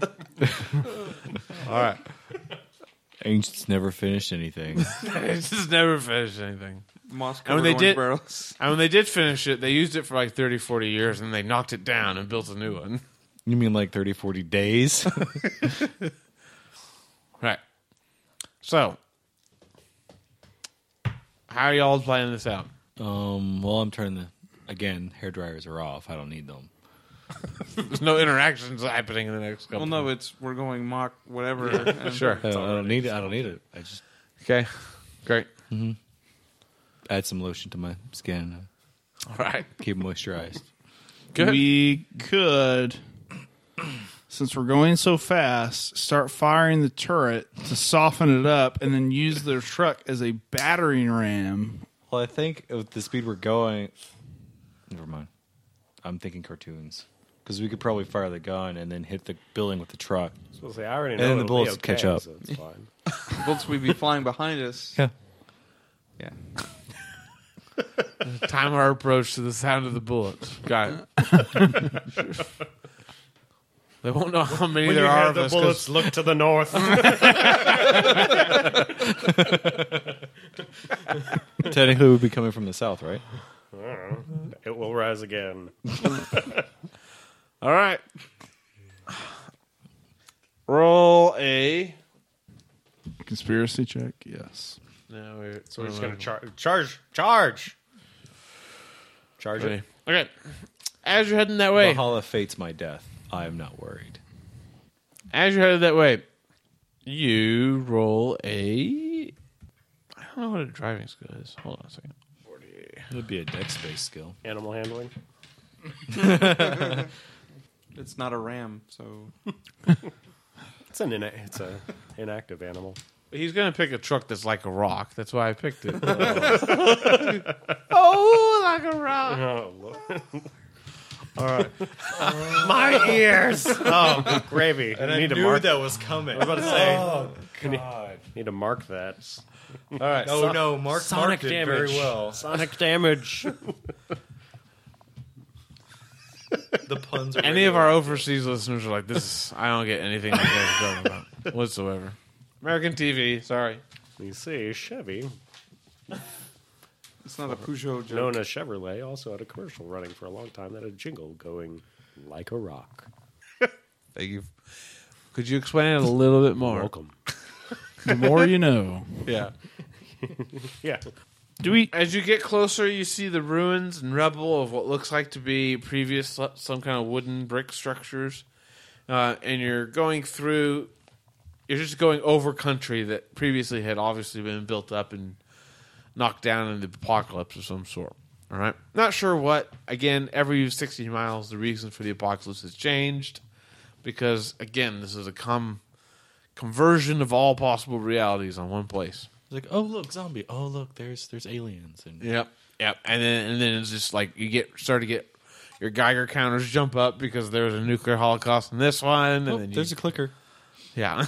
Ancient's never finished anything.
It's just never finished anything.
Moscow.
I mean, they did-
Barrels.
And when they did finish it, they used it for like 30, 40 years, and they knocked it down and built a new one.
You mean like 30, 40 days?
Right. So, how are y'all playing this out?
um. Well, I'm turning the again. Hair dryers are off. I don't need them.
There's no interactions happening in the next couple.
Well, no, it's we're going mock whatever. and-
sure.
Uh, I don't, I don't need it. I don't need it. I just
Okay, great.
add some lotion to my skin.
All right,
Keep it moisturized.
good.
We could, since we're going so fast, start firing the turret to soften it up and then use their truck as a battering ram.
Well, I think with the speed we're going, never mind. I'm thinking cartoons because we could probably fire the gun and then hit the building with the truck.
So say, I already know
then the
it'll be
bullets
okay,
catch up.
so it's fine.
Once we'd be flying behind us.
Yeah.
Yeah.
Time our approach to the sound of the bullets. Got it. They won't know how many
When
there
you
are
hear
of
the
us. 'cause-
bullets, look to the north.
Technically, would be coming from the south, right?
it will rise again.
All right. Roll a.
Conspiracy check, yes.
No, we're,
So we're just
Mm.
gonna char- charge, charge, charge it.
Okay. As you're heading that way,
The Hall of Fate's my death. I am not worried.
as you're headed that way, you roll a. I don't know what a driving skill is. Hold on a second.
It would be a deck space skill.
Animal handling.
It's not a ram, so
It's an ina- it's a inactive animal.
He's gonna pick a truck that's like a rock. That's why I picked it. oh, like a rock.
Uh-huh.
Oh, Lord. all right. my ears. Oh, gravy. I need to mark.
that was coming.
I was about to say. Oh God. Need, to mark that. All right.
Oh no, Mark Sonic marked it very well.
Sonic damage.
The puns. Are
Any of our overseas listeners are like, "This is I don't get anything you guys are talking about whatsoever." American TV. Sorry.
you see, Chevy,
it's not a Peugeot joke.
known as Chevrolet, also had a commercial running for a long time that had a jingle going like a rock.
Thank you. Could you explain it a little bit more?
Welcome.
The more you know.
Yeah.
Yeah.
Do we? As you get closer, you see the ruins and rubble of what looks like to be previous l- some kind of wooden brick structures, uh, and you're going through. You're just going over country that previously had obviously been built up and knocked down in the apocalypse of some sort. All right, not sure what. Again, every 60 miles, the reason for the apocalypse has changed, because again, this is a com conversion of all possible realities on one place.
like, oh look, zombie. Oh look, there's there's aliens and
Yep. Yep. And then and then it's just like you get start to get your Geiger counters jump up because there was a nuclear holocaust in this one. And
Oh,
then you,
there's a clicker.
yeah.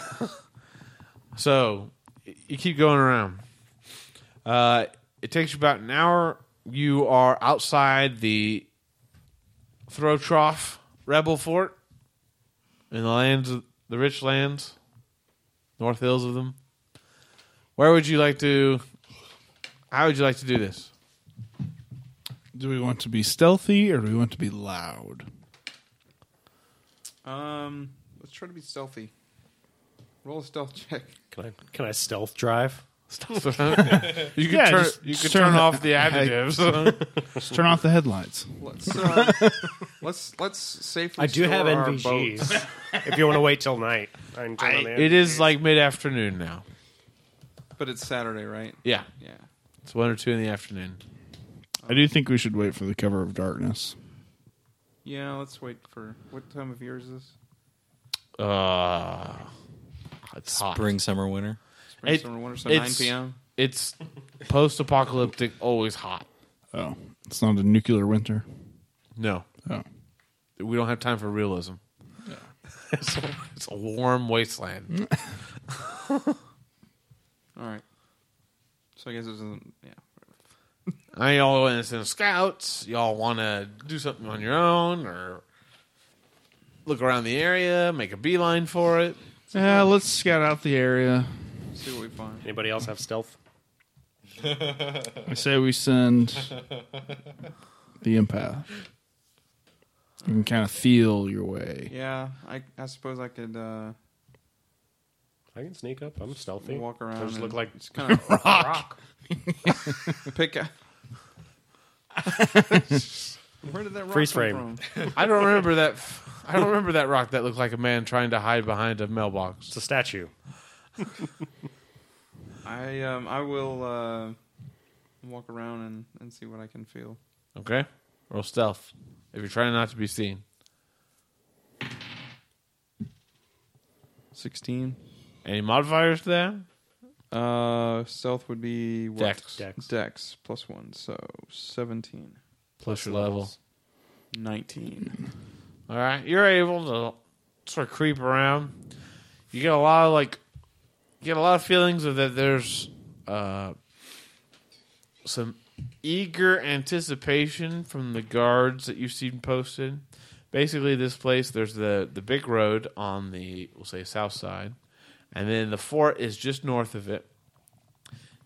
so y- you keep going around. Uh, it takes you about an hour. You are outside the throw trough rebel fort in the lands, of, the rich lands, north hills of them. Where would you like to? How would you like to do this?
Do we want to be stealthy or do we want to be loud?
Um, let's try to be stealthy. Roll a stealth check.
Can I can I stealth drive?
you could turn,
just
you could
turn
turn
it-
off the additives.
Just turn off the headlights.
Let's uh, let's let's safely.
I do
store
have
our boat.
NVGs. if you want to wait till night, I can turn on the
it is like mid afternoon now.
but it's Saturday, right?
Yeah,
Yeah.
it's one or two in the afternoon.
I do think we should wait for the cover of darkness.
Yeah. Let's wait for what time of year is this?
Uh, it's hot.
Spring, summer, winter.
Spring,
It-
summer, winter, so nine
it's-
p.m.
It's post apocalyptic, always hot.
Oh, it's not a nuclear winter.
No,
Oh,
we don't have time for realism. it's, a, it's a warm wasteland.
All right. So I guess it doesn't. Yeah.
I y'all want to send scouts. Y'all want to do something on your own or look around the area, make a beeline for it.
yeah. Let's scout out the area.
See what we find.
Anybody else have stealth?
I say we send the empath. You can kind of feel your way.
Yeah. I I suppose I could uh,
I can sneak up. I'm stealthy.
walk
I
around.
just
and
look like
just kind of
rock.
pick. out- Where did that rock
Freeze
come
frame.
from?
I don't remember that. I don't remember that rock that looked like a man trying to hide behind a mailbox.
It's a statue.
I um I will uh, walk around and, and see what I can feel.
Okay, roll stealth if you're trying not to be seen.
Sixteen.
Any modifiers to that?
Uh, stealth would be what?
Dex.
Dex.
Dex plus one, so seventeen.
Plus your level.
19.
All right, you're able to sort of creep around. You get a lot of like, you get a lot of feelings of that. There's uh, some eager anticipation from the guards that you've seen posted. basically this place there's the the big road on the we'll say south side, and then the fort is just north of it.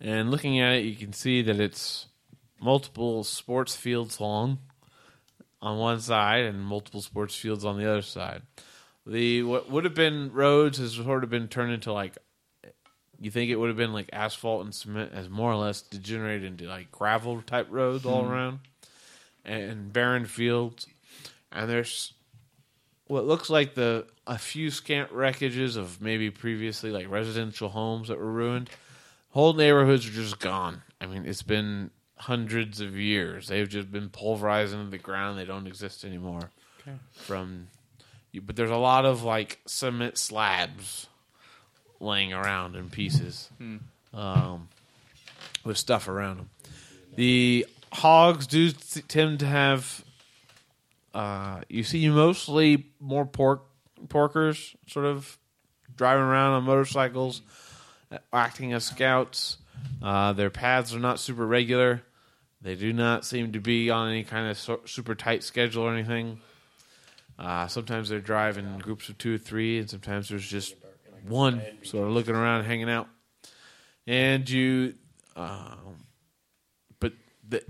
And looking at it, you can see that it's multiple sports fields long on one side and multiple sports fields on the other side. The what would have been roads has sort of been turned into like you think it would have been like asphalt and cement has more or less degenerated into like gravel type roads all around and barren fields and there's what looks like the a few scant wreckages of maybe previously like residential homes that were ruined whole neighborhoods are just gone i mean it's been hundreds of years they've just been pulverized into the ground they don't exist anymore from but there's a lot of like cement slabs laying around in pieces um, with stuff around them. The hogs do t- tend to have. Uh, you see, mostly more pork porkers sort of driving around on motorcycles, acting as scouts. Uh, their paths are not super regular. They do not seem to be on any kind of so- super tight schedule or anything. Uh, sometimes they drive in groups of two or three, and sometimes there's just one sort of looking around, hanging out. And you, um, but the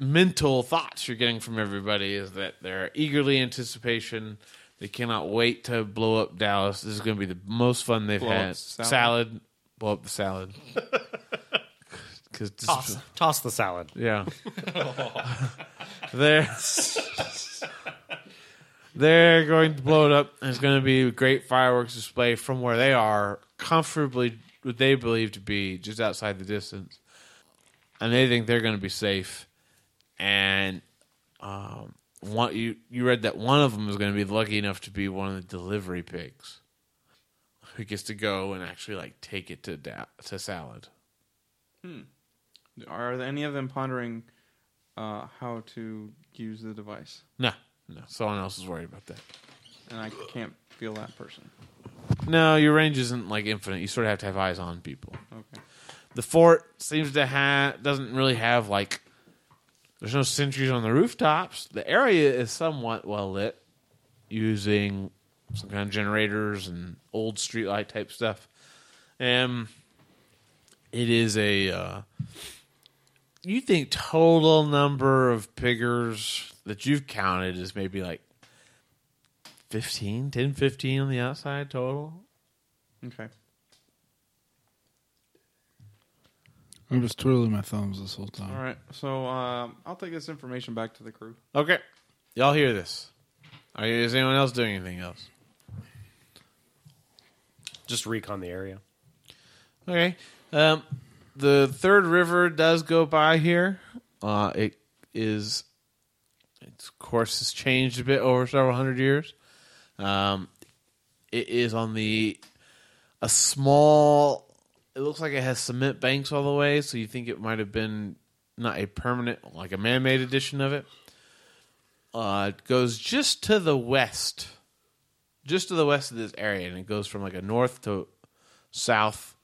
mental thoughts you're getting from everybody is that they're eagerly anticipation. They cannot wait to blow up Dallas. This is going to be the most fun they've
Blow up
had.
salad?
salad, blow up the salad. Because
Toss, toss the salad.
yeah. they're they're going to blow it up. And it's going to be a great fireworks display from where they are, comfortably what they believe to be just outside the distance, and they think they're going to be safe. And um, one, you you read that one of them is going to be lucky enough to be one of the delivery pigs, who gets to go and actually like take it to da- to salad.
Are any of them pondering uh, how to use the device?
No, no, someone else is worried about that.
And I can't feel that person.
No, your range isn't like infinite. You sort of have to have eyes on people.
Okay.
The fort seems to have doesn't really have like there's no sentries on the rooftops. The area is somewhat well lit using some kind of generators and old streetlight type stuff. Um it is a uh, you think total number of piggers that you've counted is maybe like 15, 10, 15 on the outside total.
Okay.
I'm just twiddling my thumbs this whole time.
All right. So um, I'll take this information back to the crew.
Okay. Y'all hear this? Are you, is anyone else doing anything else?
Just recon the area.
Okay. Um, the third river does go by here. Uh, it is, its course has changed a bit over several hundred years. Um, it is on the a small. It looks like it has cement banks all the way, so you think it might have been not a permanent, like a man-made edition of it. Uh, it goes just to the west, just to the west of this area, and it goes from like a north to south,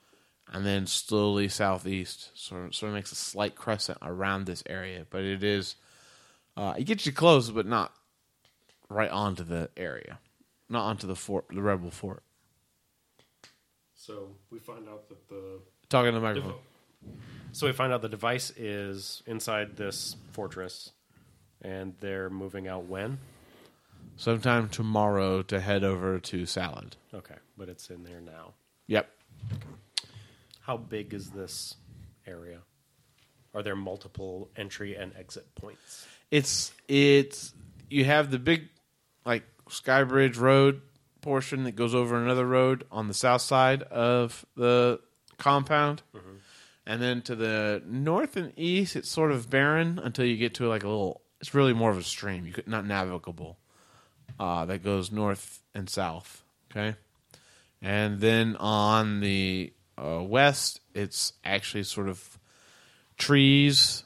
and then slowly southeast. Sort of, sort of makes a slight crescent around this area, but it is uh, it gets you close, but not right onto the area, not onto the fort, the rebel fort.
So we find out that the
Talking to the microphone.
so we find out the device is inside this fortress, and they're moving out when?
Sometime tomorrow to head over to Salad.
Okay, but it's in there now.
Yep.
How big is this area? Are there multiple entry and exit points?
It's it's you have the big like Skybridge Road portion that goes over another road on the south side of the compound. And then to the north and east it's sort of barren until you get to like a little it's really more of a stream. You could not navigable. Uh that goes north and south. Okay. And then on the uh, west it's actually sort of trees,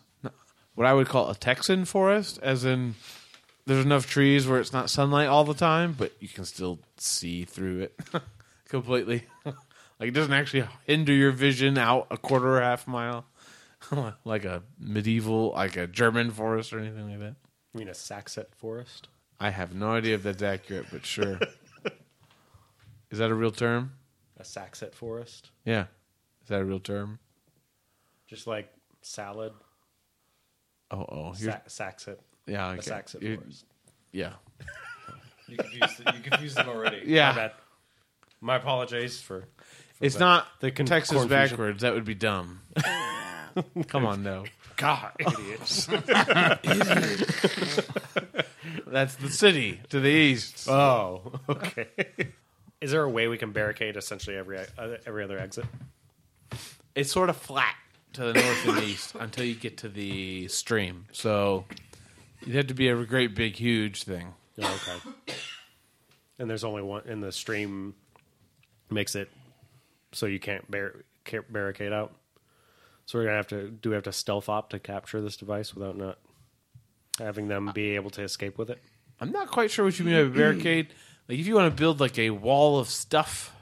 what I would call a Texan forest, as in there's enough trees where it's not sunlight all the time, but you can still see through it completely. like it doesn't actually hinder your vision out a quarter or half mile, like a medieval, like a German forest or anything like that.
You mean a Saxet forest?
I have no idea if that's accurate, but sure. Is that a real term?
A Saxet forest,
Yeah. Is that a real term?
just like salad.
Oh, oh. You're,
Sa- Saxet,
yeah,
a
okay.
Saxet
You're-
forest.
yeah.
You confused, you confused them already.
Yeah.
My bad. My apologies for.
It's not
the con-
Texas
corn fusion.
backwards. That would be dumb. Come on, no.
God, idiots.
That's the city to the east.
oh, okay. Is there a way we can barricade essentially every uh, every other exit?
it's sort of flat to the north and east until you get to the stream. So you'd have to be a great big huge thing.
Oh, okay. and there's only one, and the stream makes it so you can't, bar- can't barricade out. So we're gonna have to do we have to stealth op to capture this device without not having them be able to escape with it?
I'm not quite sure what you mean by barricade. Like if you want to build like a wall of stuff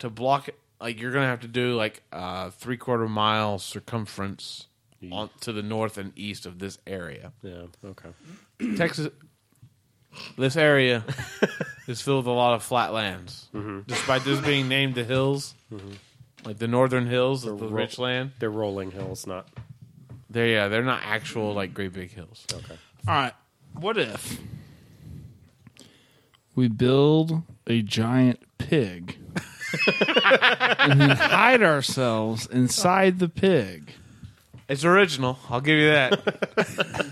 to block it, like you're gonna have to do like a three quarter mile circumference on, to the north and east of this area.
Yeah. Okay.
Texas, this area is filled with a lot of flat lands. Despite this being named the hills, like the northern hills, of Mm-hmm. the
ro-
rich land.
They're rolling hills, not
They're yeah, they're not actual like great big hills.
All right. What if we build a giant pig and then hide ourselves inside the pig?
It's original. I'll give you that.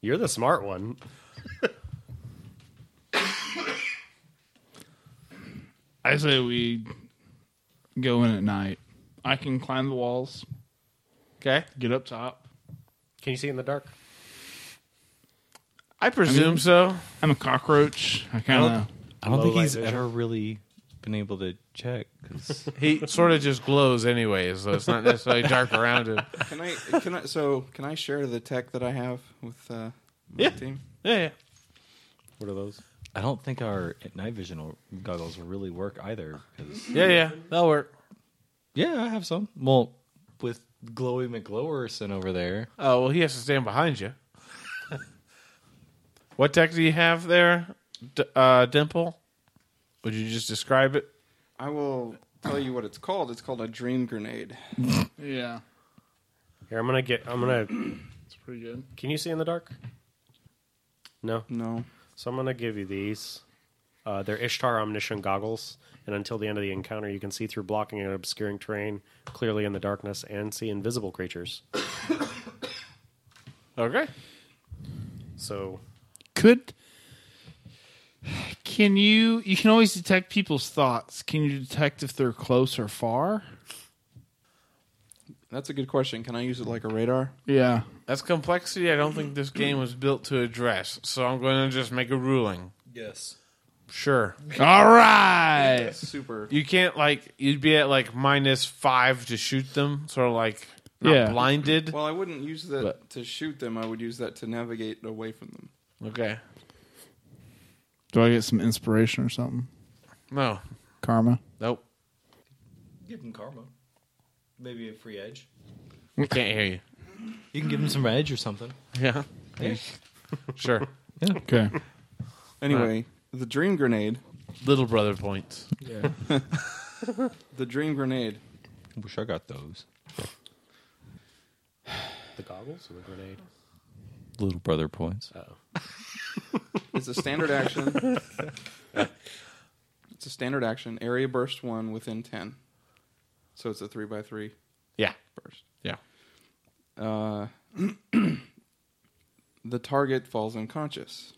You're the smart one.
I say we go in at night. I can climb the walls,
Okay.
get up top.
Can you see in the dark?
I presume so.
I'm a cockroach. I kind of.
I don't think
Low light
he's
vision.
ever really been able to check. 'cause-
He sort of just glows anyway, so it's not necessarily dark around him.
Can I? Can I? So can I share the tech that I have with uh, my
Yeah.
team?
Yeah, yeah.
What are those?
I don't think our night vision will- goggles will really work either. 'cause-
Yeah, yeah. That'll work.
yeah, I have some. Well, with Glowy McGlowerson over there,
Oh well he has to stand behind you. what tech do you have there, D- uh, Dimple? Would you just describe it?
I will tell you what it's called. It's called a dream grenade.
Yeah.
Here, I'm gonna get. I'm gonna.
It's pretty good.
Can you see in the dark? No.
No.
So I'm gonna give you these. Uh, they're Ishtar Omniscient goggles, and until the end of the encounter, you can see through blocking and obscuring terrain clearly in the darkness and see invisible creatures.
Okay.
So
Could. Can you. You can always detect people's thoughts. Can you detect if they're close or far?
That's a good question. Can I use it like a radar?
Yeah.
That's complexity I don't think this game was built to address, so I'm going to just make a ruling.
yes,
Sure.
All right.
Super.
You can't like you'd be at like minus five to shoot them, sort of like not
Yeah.
blinded.
Well, I wouldn't use that
But-
to shoot them. I would use that to navigate away from them.
Okay,
Do I get some inspiration or something?
no,
Karma.
nope,
give him karma, maybe a free edge.
can't hear you.
You can give him some edge or something.
Yeah, sure.
Okay.
Anyway, the dream grenade.
Little brother points.
The dream grenade.
Wish I got those.
the goggles or the grenade?
Little brother points.
It's a standard action. it's a standard action. Area burst one within ten. So it's a three by three
Yeah,
burst.
yeah.
Uh, the target falls unconscious.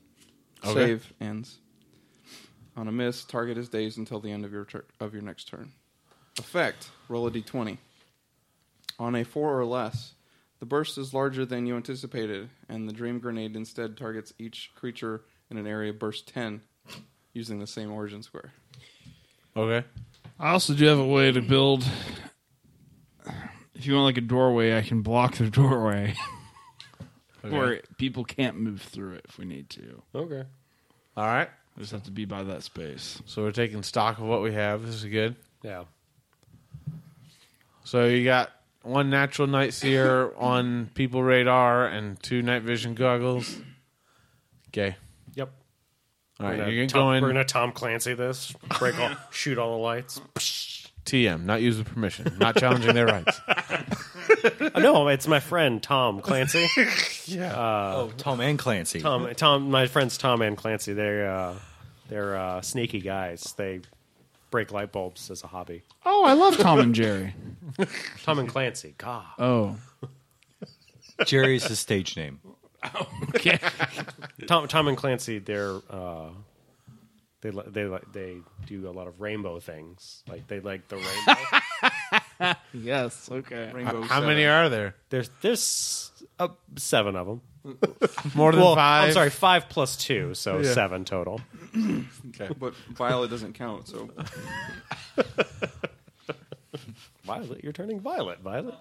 Okay.
Save ends. On a miss, target is dazed until the end of your tur- of your next turn. Effect: Roll a d20. On a four or less, the burst is larger than you anticipated, and the dream grenade instead targets each creature in an area burst ten, using the same origin square.
Okay,
I also do have a way to build. If you want like a doorway, I can block the doorway where people can't move through it if we need to.
Okay.
all right.
I just have to be by that space.
So we're taking stock of what we have. This is good.
Yeah.
So you got one natural night seer on people radar and two night vision goggles. Okay.
Yep.
All right,
We're gonna
you're
Tom-
going
We're gonna Tom Clancy this. Break all, shoot all the lights.
TM, not use with permission, not challenging their rights.
Oh, no, it's my friend Tom Clancy.
Oh, Tom and Clancy.
Tom, Tom, my friends Tom and Clancy. They're uh, they're uh, sneaky guys. They break light bulbs as a hobby.
Oh, I love Tom and Jerry.
Tom and Clancy. God.
Oh,
Jerry's his stage name.
Tom, Tom and Clancy, they're uh, they li- they li- they do a lot of rainbow things. Like they like the rainbow.
yes. Okay.
Rainbow
How many are there?
there's there's uh, seven of them.
More than
Well,
five.
I'm sorry, five plus two, so seven total.
But Violet doesn't count, so
Violet, you're turning violet. Violet.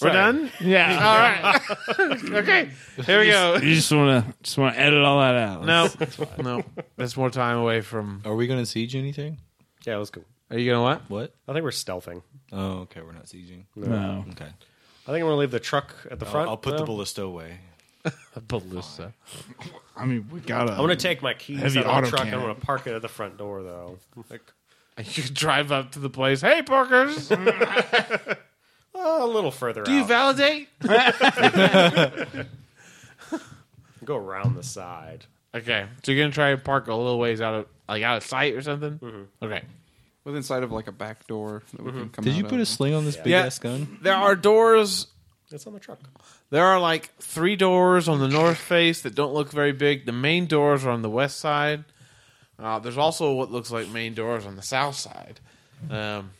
We're
Sorry.
done.
Yeah.
Okay, here we go.
you just wanna just wanna edit all that out.
No, no, that's more time away from.
Are we going to siege anything?
Yeah, let's go.
Are you gonna what?
What?
I think we're stealthing.
Oh, okay. We're not sieging.
No.
Okay.
I think I'm gonna leave the truck at the front.
I'll put the
though.
ballista away.
Ballista.
I mean, we gotta.
I'm gonna take my keys
Heavy
out of the truck. and I'm
autocannon.
gonna park it at the front door though. Like,
You drive up to the place. Hey, Parkers, do
a little further
you
out.
validate?
go around the side.
Okay, so you're gonna try and park a little ways out of like out of sight or something. Okay,
with inside of like a back door that we
Mm-hmm.
can come
Did you
out
put a
of.
sling on this big
Yeah.
ass gun?
there are doors.
It's on the truck.
There are like three doors on the north face that don't look very big. The main doors are on the west side. Uh, there's also what looks like main doors on the south side. Um,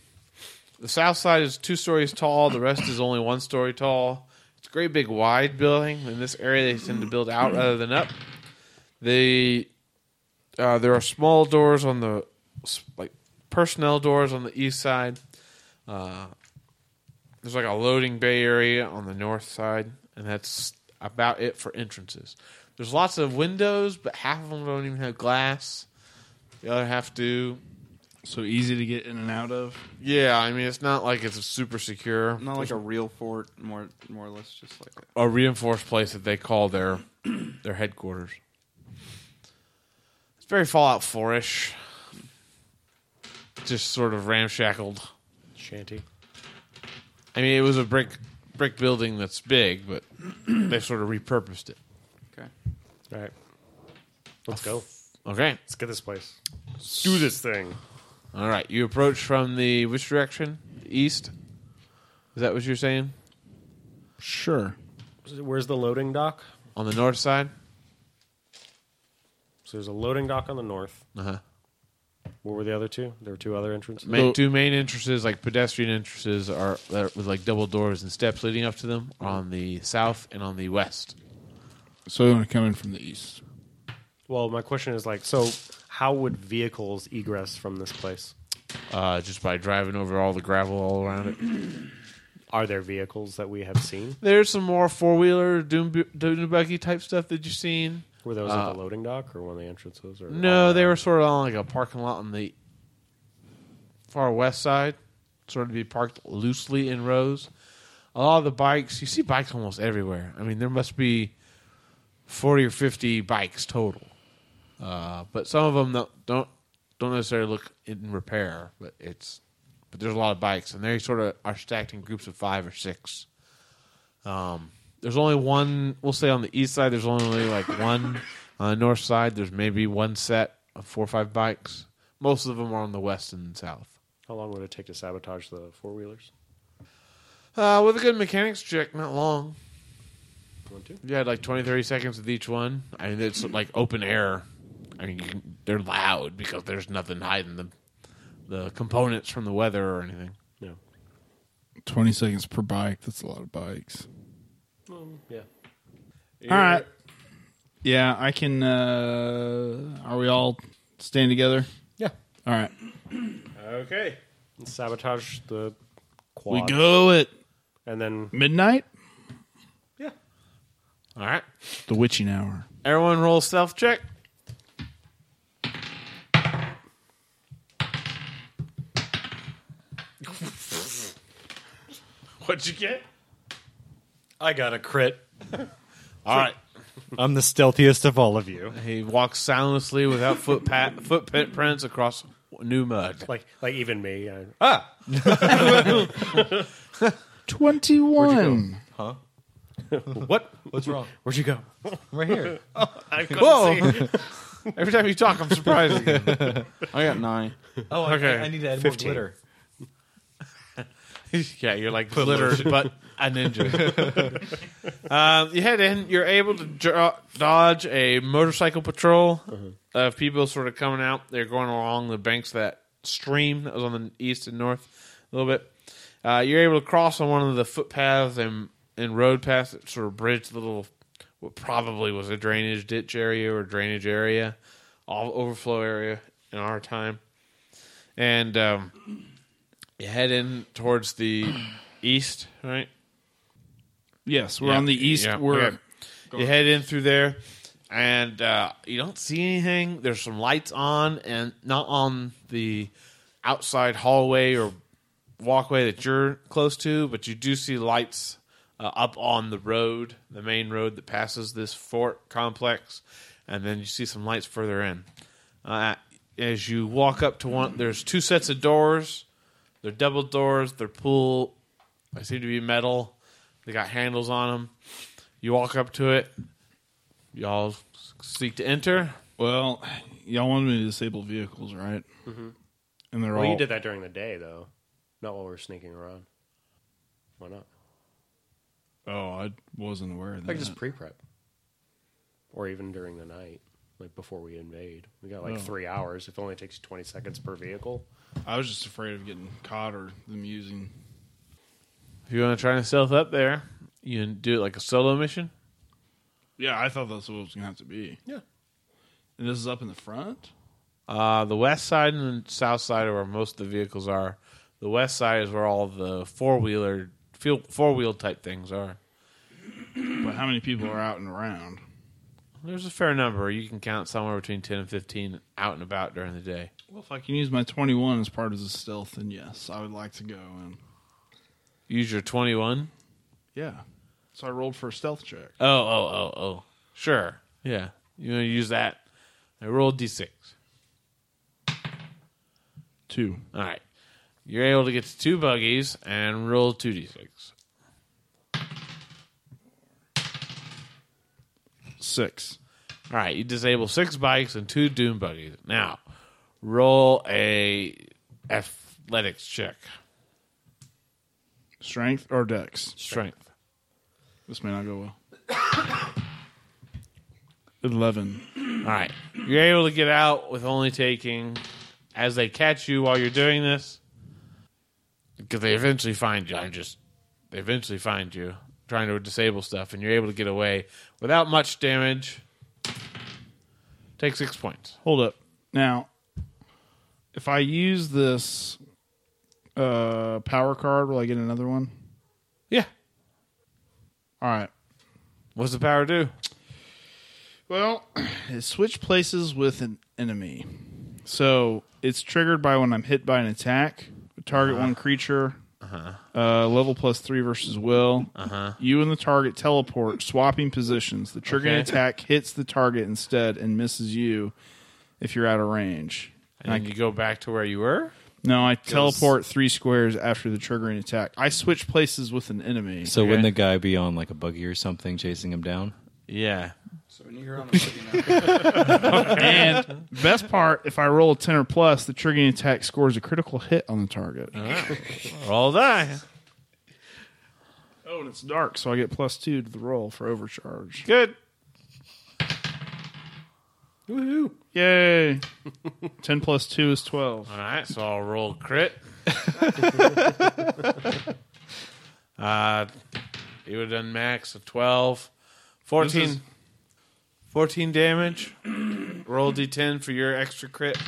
the south side is two stories tall. The rest is only one story tall. It's a great big wide building. In this area, they tend to build out rather than up. The uh, there are small doors on the s- like personnel doors on the east side. Uh, there's like a loading bay area on the north side, and that's about it for entrances. There's lots of windows, but half of them don't even have glass. The other half do.
so easy to get in and out of.
Yeah, I mean it's not like it's super secure.
Not like a real fort, more more or less just like a
a reinforced place that they call their their headquarters. It's very Fallout 4 ish. Just sort of ramshackled.
Shanty.
I mean, it was a brick brick building that's big, but they sort of repurposed it.
okay.
All right. Let's go.
Okay.
Let's get this place. Let's do this thing.
All right. You approach from the which direction? The east? Is that what you're saying?
Sure.
Where's the loading dock?
On the north side?
So there's a loading dock on the north.
Uh huh.
What were the other two? There were two other entrances.
Main, two main entrances, like pedestrian entrances, are that are with like double doors and steps leading up to them on the south and on the west.
So we're gonna come in from the east.
Well, my question is like, so how would vehicles egress from this place?
uh, just by driving over all the gravel all around it.
Are there vehicles that we have seen?
There's some more four wheeler doom buggy type stuff that you've seen.
Were those at the loading dock or one of the entrances? Or
Uh, No, they were sort of on like a parking lot on the far west side, sort of be parked loosely in rows. A lot of the bikes, you see bikes almost everywhere. I mean, there must be forty or fifty bikes total, uh, but some of them don't, don't don't necessarily look in repair. But it's but there's a lot of bikes, and they sort of are stacked in groups of five or six. Um, there's only one. We'll say on the east side, there's only like one. On the north side, there's maybe one set of four or five bikes. Most of them are on the west and south.
How long would it take to sabotage the four wheelers?
Uh, with a good mechanics check, not long.
One, two.
You had like 20, 30 seconds with each one. I mean, it's like open air. I mean, you can, they're loud because there's nothing hiding them, the components from the weather or anything.
No.
Twenty seconds per bike. That's a lot of bikes.
Mm, Yeah.
All right. Yeah, I can. uh Are we all staying together?
Yeah.
All right.
Okay. Sabotage the quad.
We go at
And then
midnight.
yeah.
All right.
The witching hour.
Everyone roll self check. What'd you get?
I got a crit.
All right.
I'm the stealthiest of all of you.
He walks soundlessly without foot pat, footprints across new mud.
Like like even me. I,
Ah,
21.
what?
What's wrong?
Where'd you go?
Right here.
I couldn't
Whoa.
see.
every time you talk, I'm surprised. again.
I got nine.
Oh,
Okay.
I, I need to add
15.
more glitter.
yeah, you're like glitter, but a ninja. um, you head in. You're able to dro- dodge a motorcycle patrol of people sort of coming out. They're going along the banks of that stream that was on the east and north a little bit. Uh, you're able to cross on one of the footpaths and and road paths that sort of bridge the little what probably was a drainage ditch area or drainage area, all overflow area in our time, and. Um, you head in towards the east, right?
Yes, we're
Yeah.
on the east.
Yeah.
We're
Okay. you head in through there, and uh, you don't see anything. There's some lights on, and not on the outside hallway or walkway that you're close to, but you do see lights uh, up on the road, the main road that passes this fort complex, and then you see some lights further in. Uh, as you walk up to one, there's two sets of doors. They're double doors. They're pull. They seem to be metal. They got handles on them. You walk up to it. Y'all seek to enter.
well, y'all wanted me to disable vehicles, right? And they're
Well,
all
you did that during the day though, not while we are sneaking around. Why not?
Oh, I wasn't aware of that.
Like just pre prep, or even during the night, like before we invade. We got like
Oh.
three hours. If it only takes you twenty seconds per vehicle.
I was just afraid of getting caught or them using.
If you want to try and stealth up there, you can do it like a solo mission.
Yeah, I thought that's what it was going to have to be. Yeah. And this is up in the front?
Uh, the west side and the south side are where most of the vehicles are. The west side is where all the four wheeler, four wheel type things are.
But how many people are out and around?
There's a fair number. You can count somewhere between ten and fifteen out and about during the day.
Well, if I can use my 21 as part of the stealth, then yes, I would like to go. And
Use your twenty-one.
yeah. So I rolled for a stealth check.
Oh, oh, oh, oh. Sure. Yeah. You want to use that? I roll d6.
Two.
All right. You're able to get to two buggies and roll 2d6.
Six.
All right. You disable six bikes and two doom buggies. Now, roll a athletics check.
Strength or dex?
Strength.
This may not go well. 11.
All right. You're able to get out with only taking, as they catch you while you're doing this, because they eventually find you. I'm just, they eventually find you trying to disable stuff, and you're able to get away without much damage. Take six points.
Hold up. Now, if I use this uh, power card, will I get another one?
Yeah.
All right.
What's the power do?
Well, it switch places with an enemy. So it's triggered by when I'm hit by an attack. Target one creature. Uh, level plus three versus will. Uh-huh. You and the target teleport, swapping positions. The triggering
Okay.
attack hits the target instead and misses you if you're out of range.
And then you go back to where you were.
No, I teleport three squares after the triggering attack. I switch places with an enemy.
So wouldn't the guy be on like a buggy or something chasing him down?
Yeah.
So when you're on a buggy now,
and best part, if I roll a 10 or plus, the triggering attack scores a critical hit on the target.
Roll die.
Oh, and it's dark, so I get plus two to the roll for overcharge.
Good.
Yay! Ten plus two is twelve.
All right, so I'll roll crit. uh, you would have done max of 12. 14, 14 damage. roll d10 for your extra crit.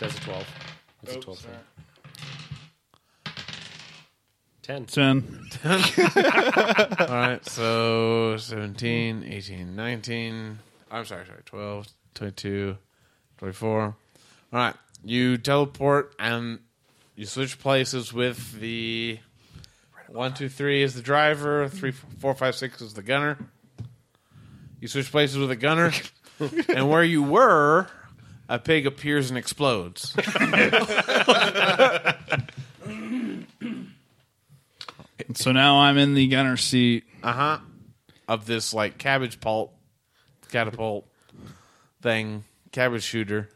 That's a twelve. That's a twelve. thing. Ten.
Ten.
All right, so 17, 18, 19. I'm sorry, sorry, 12, 22, 24. All right, you teleport and you switch places with the One, two, three is the driver. Three, f- four, five, six is the gunner. You switch places with a gunner, and where you were, a pig appears and explodes.
So now I'm in the gunner seat.
Uh huh. Of this like cabbage pulp, catapult thing, cabbage shooter,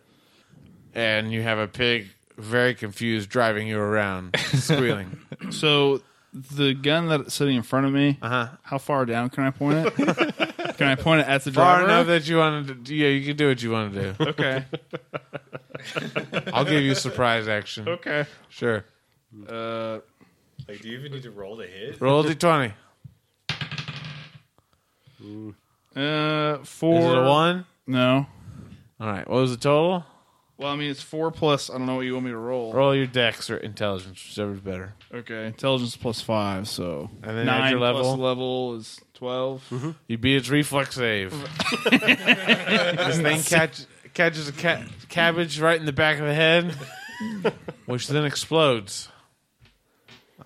and you have a pig very confused driving you around, squealing.
So the gun that's sitting in front of me, uh-huh. how far down can I point it? can I point it at the
Far
driver?
enough that you wanted to, yeah, you can do what you want to do.
okay.
I'll give you surprise action. Okay, sure.
Like, do you even need to roll to hit?
Roll d twenty.
Uh,
Is
four.
it a one?
No.
All right. What was the total?
Well, I mean, it's four plus. I don't know what you want me to roll.
Roll your dex or intelligence, whichever's better.
Okay, intelligence plus five, so
And then add
nine
your
plus
level.
level is 12
You beat its reflex save. this thing catch, catches a ca- cabbage right in the back of the head, which then explodes.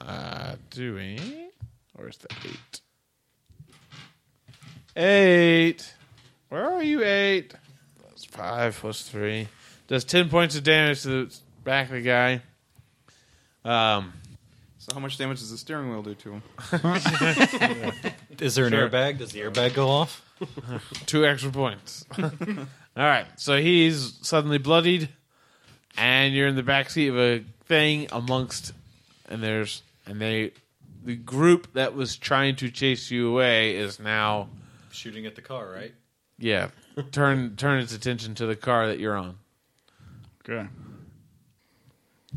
Uh, do we? Where's the eight? Eight. Where are you, eight? That's five plus three. Does ten points of damage to the back of the guy. Um,
So how much damage does the steering wheel do to him?
Is there an airbag? Does the airbag go off?
Two extra points. All right, so he's suddenly bloodied, and you're in the back seat of a thing amongst, and there's and they, the group that was trying to chase you away is now
Shooting at the car, right?
yeah turn turn its attention to the car that you're on.
Okay.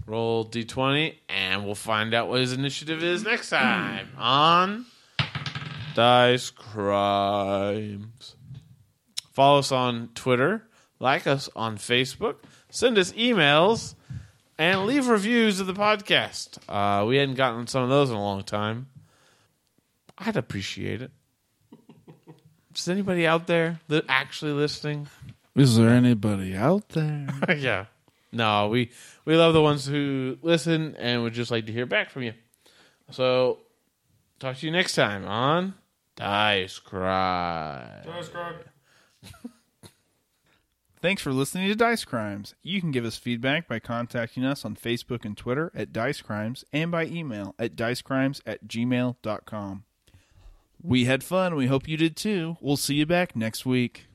Roll d20, and we'll find out what his initiative is next time on Dice Crimes. Follow us on Twitter, like us on Facebook, send us emails, and leave reviews of the podcast. Uh, we hadn't gotten some of those in a long time. I'd appreciate it. Is anybody out there that actually listening?
Is there anybody out there?
yeah. No, we we love the ones who listen and would just like to hear back from you. So talk to you next time on Dice Cry.
Thanks for listening to Dice Crimes. You can give us feedback by contacting us on Facebook and Twitter at Dice Crimes and by email at dicecrimes at gmail.com. We had fun. We hope you did too. We'll see you back next week.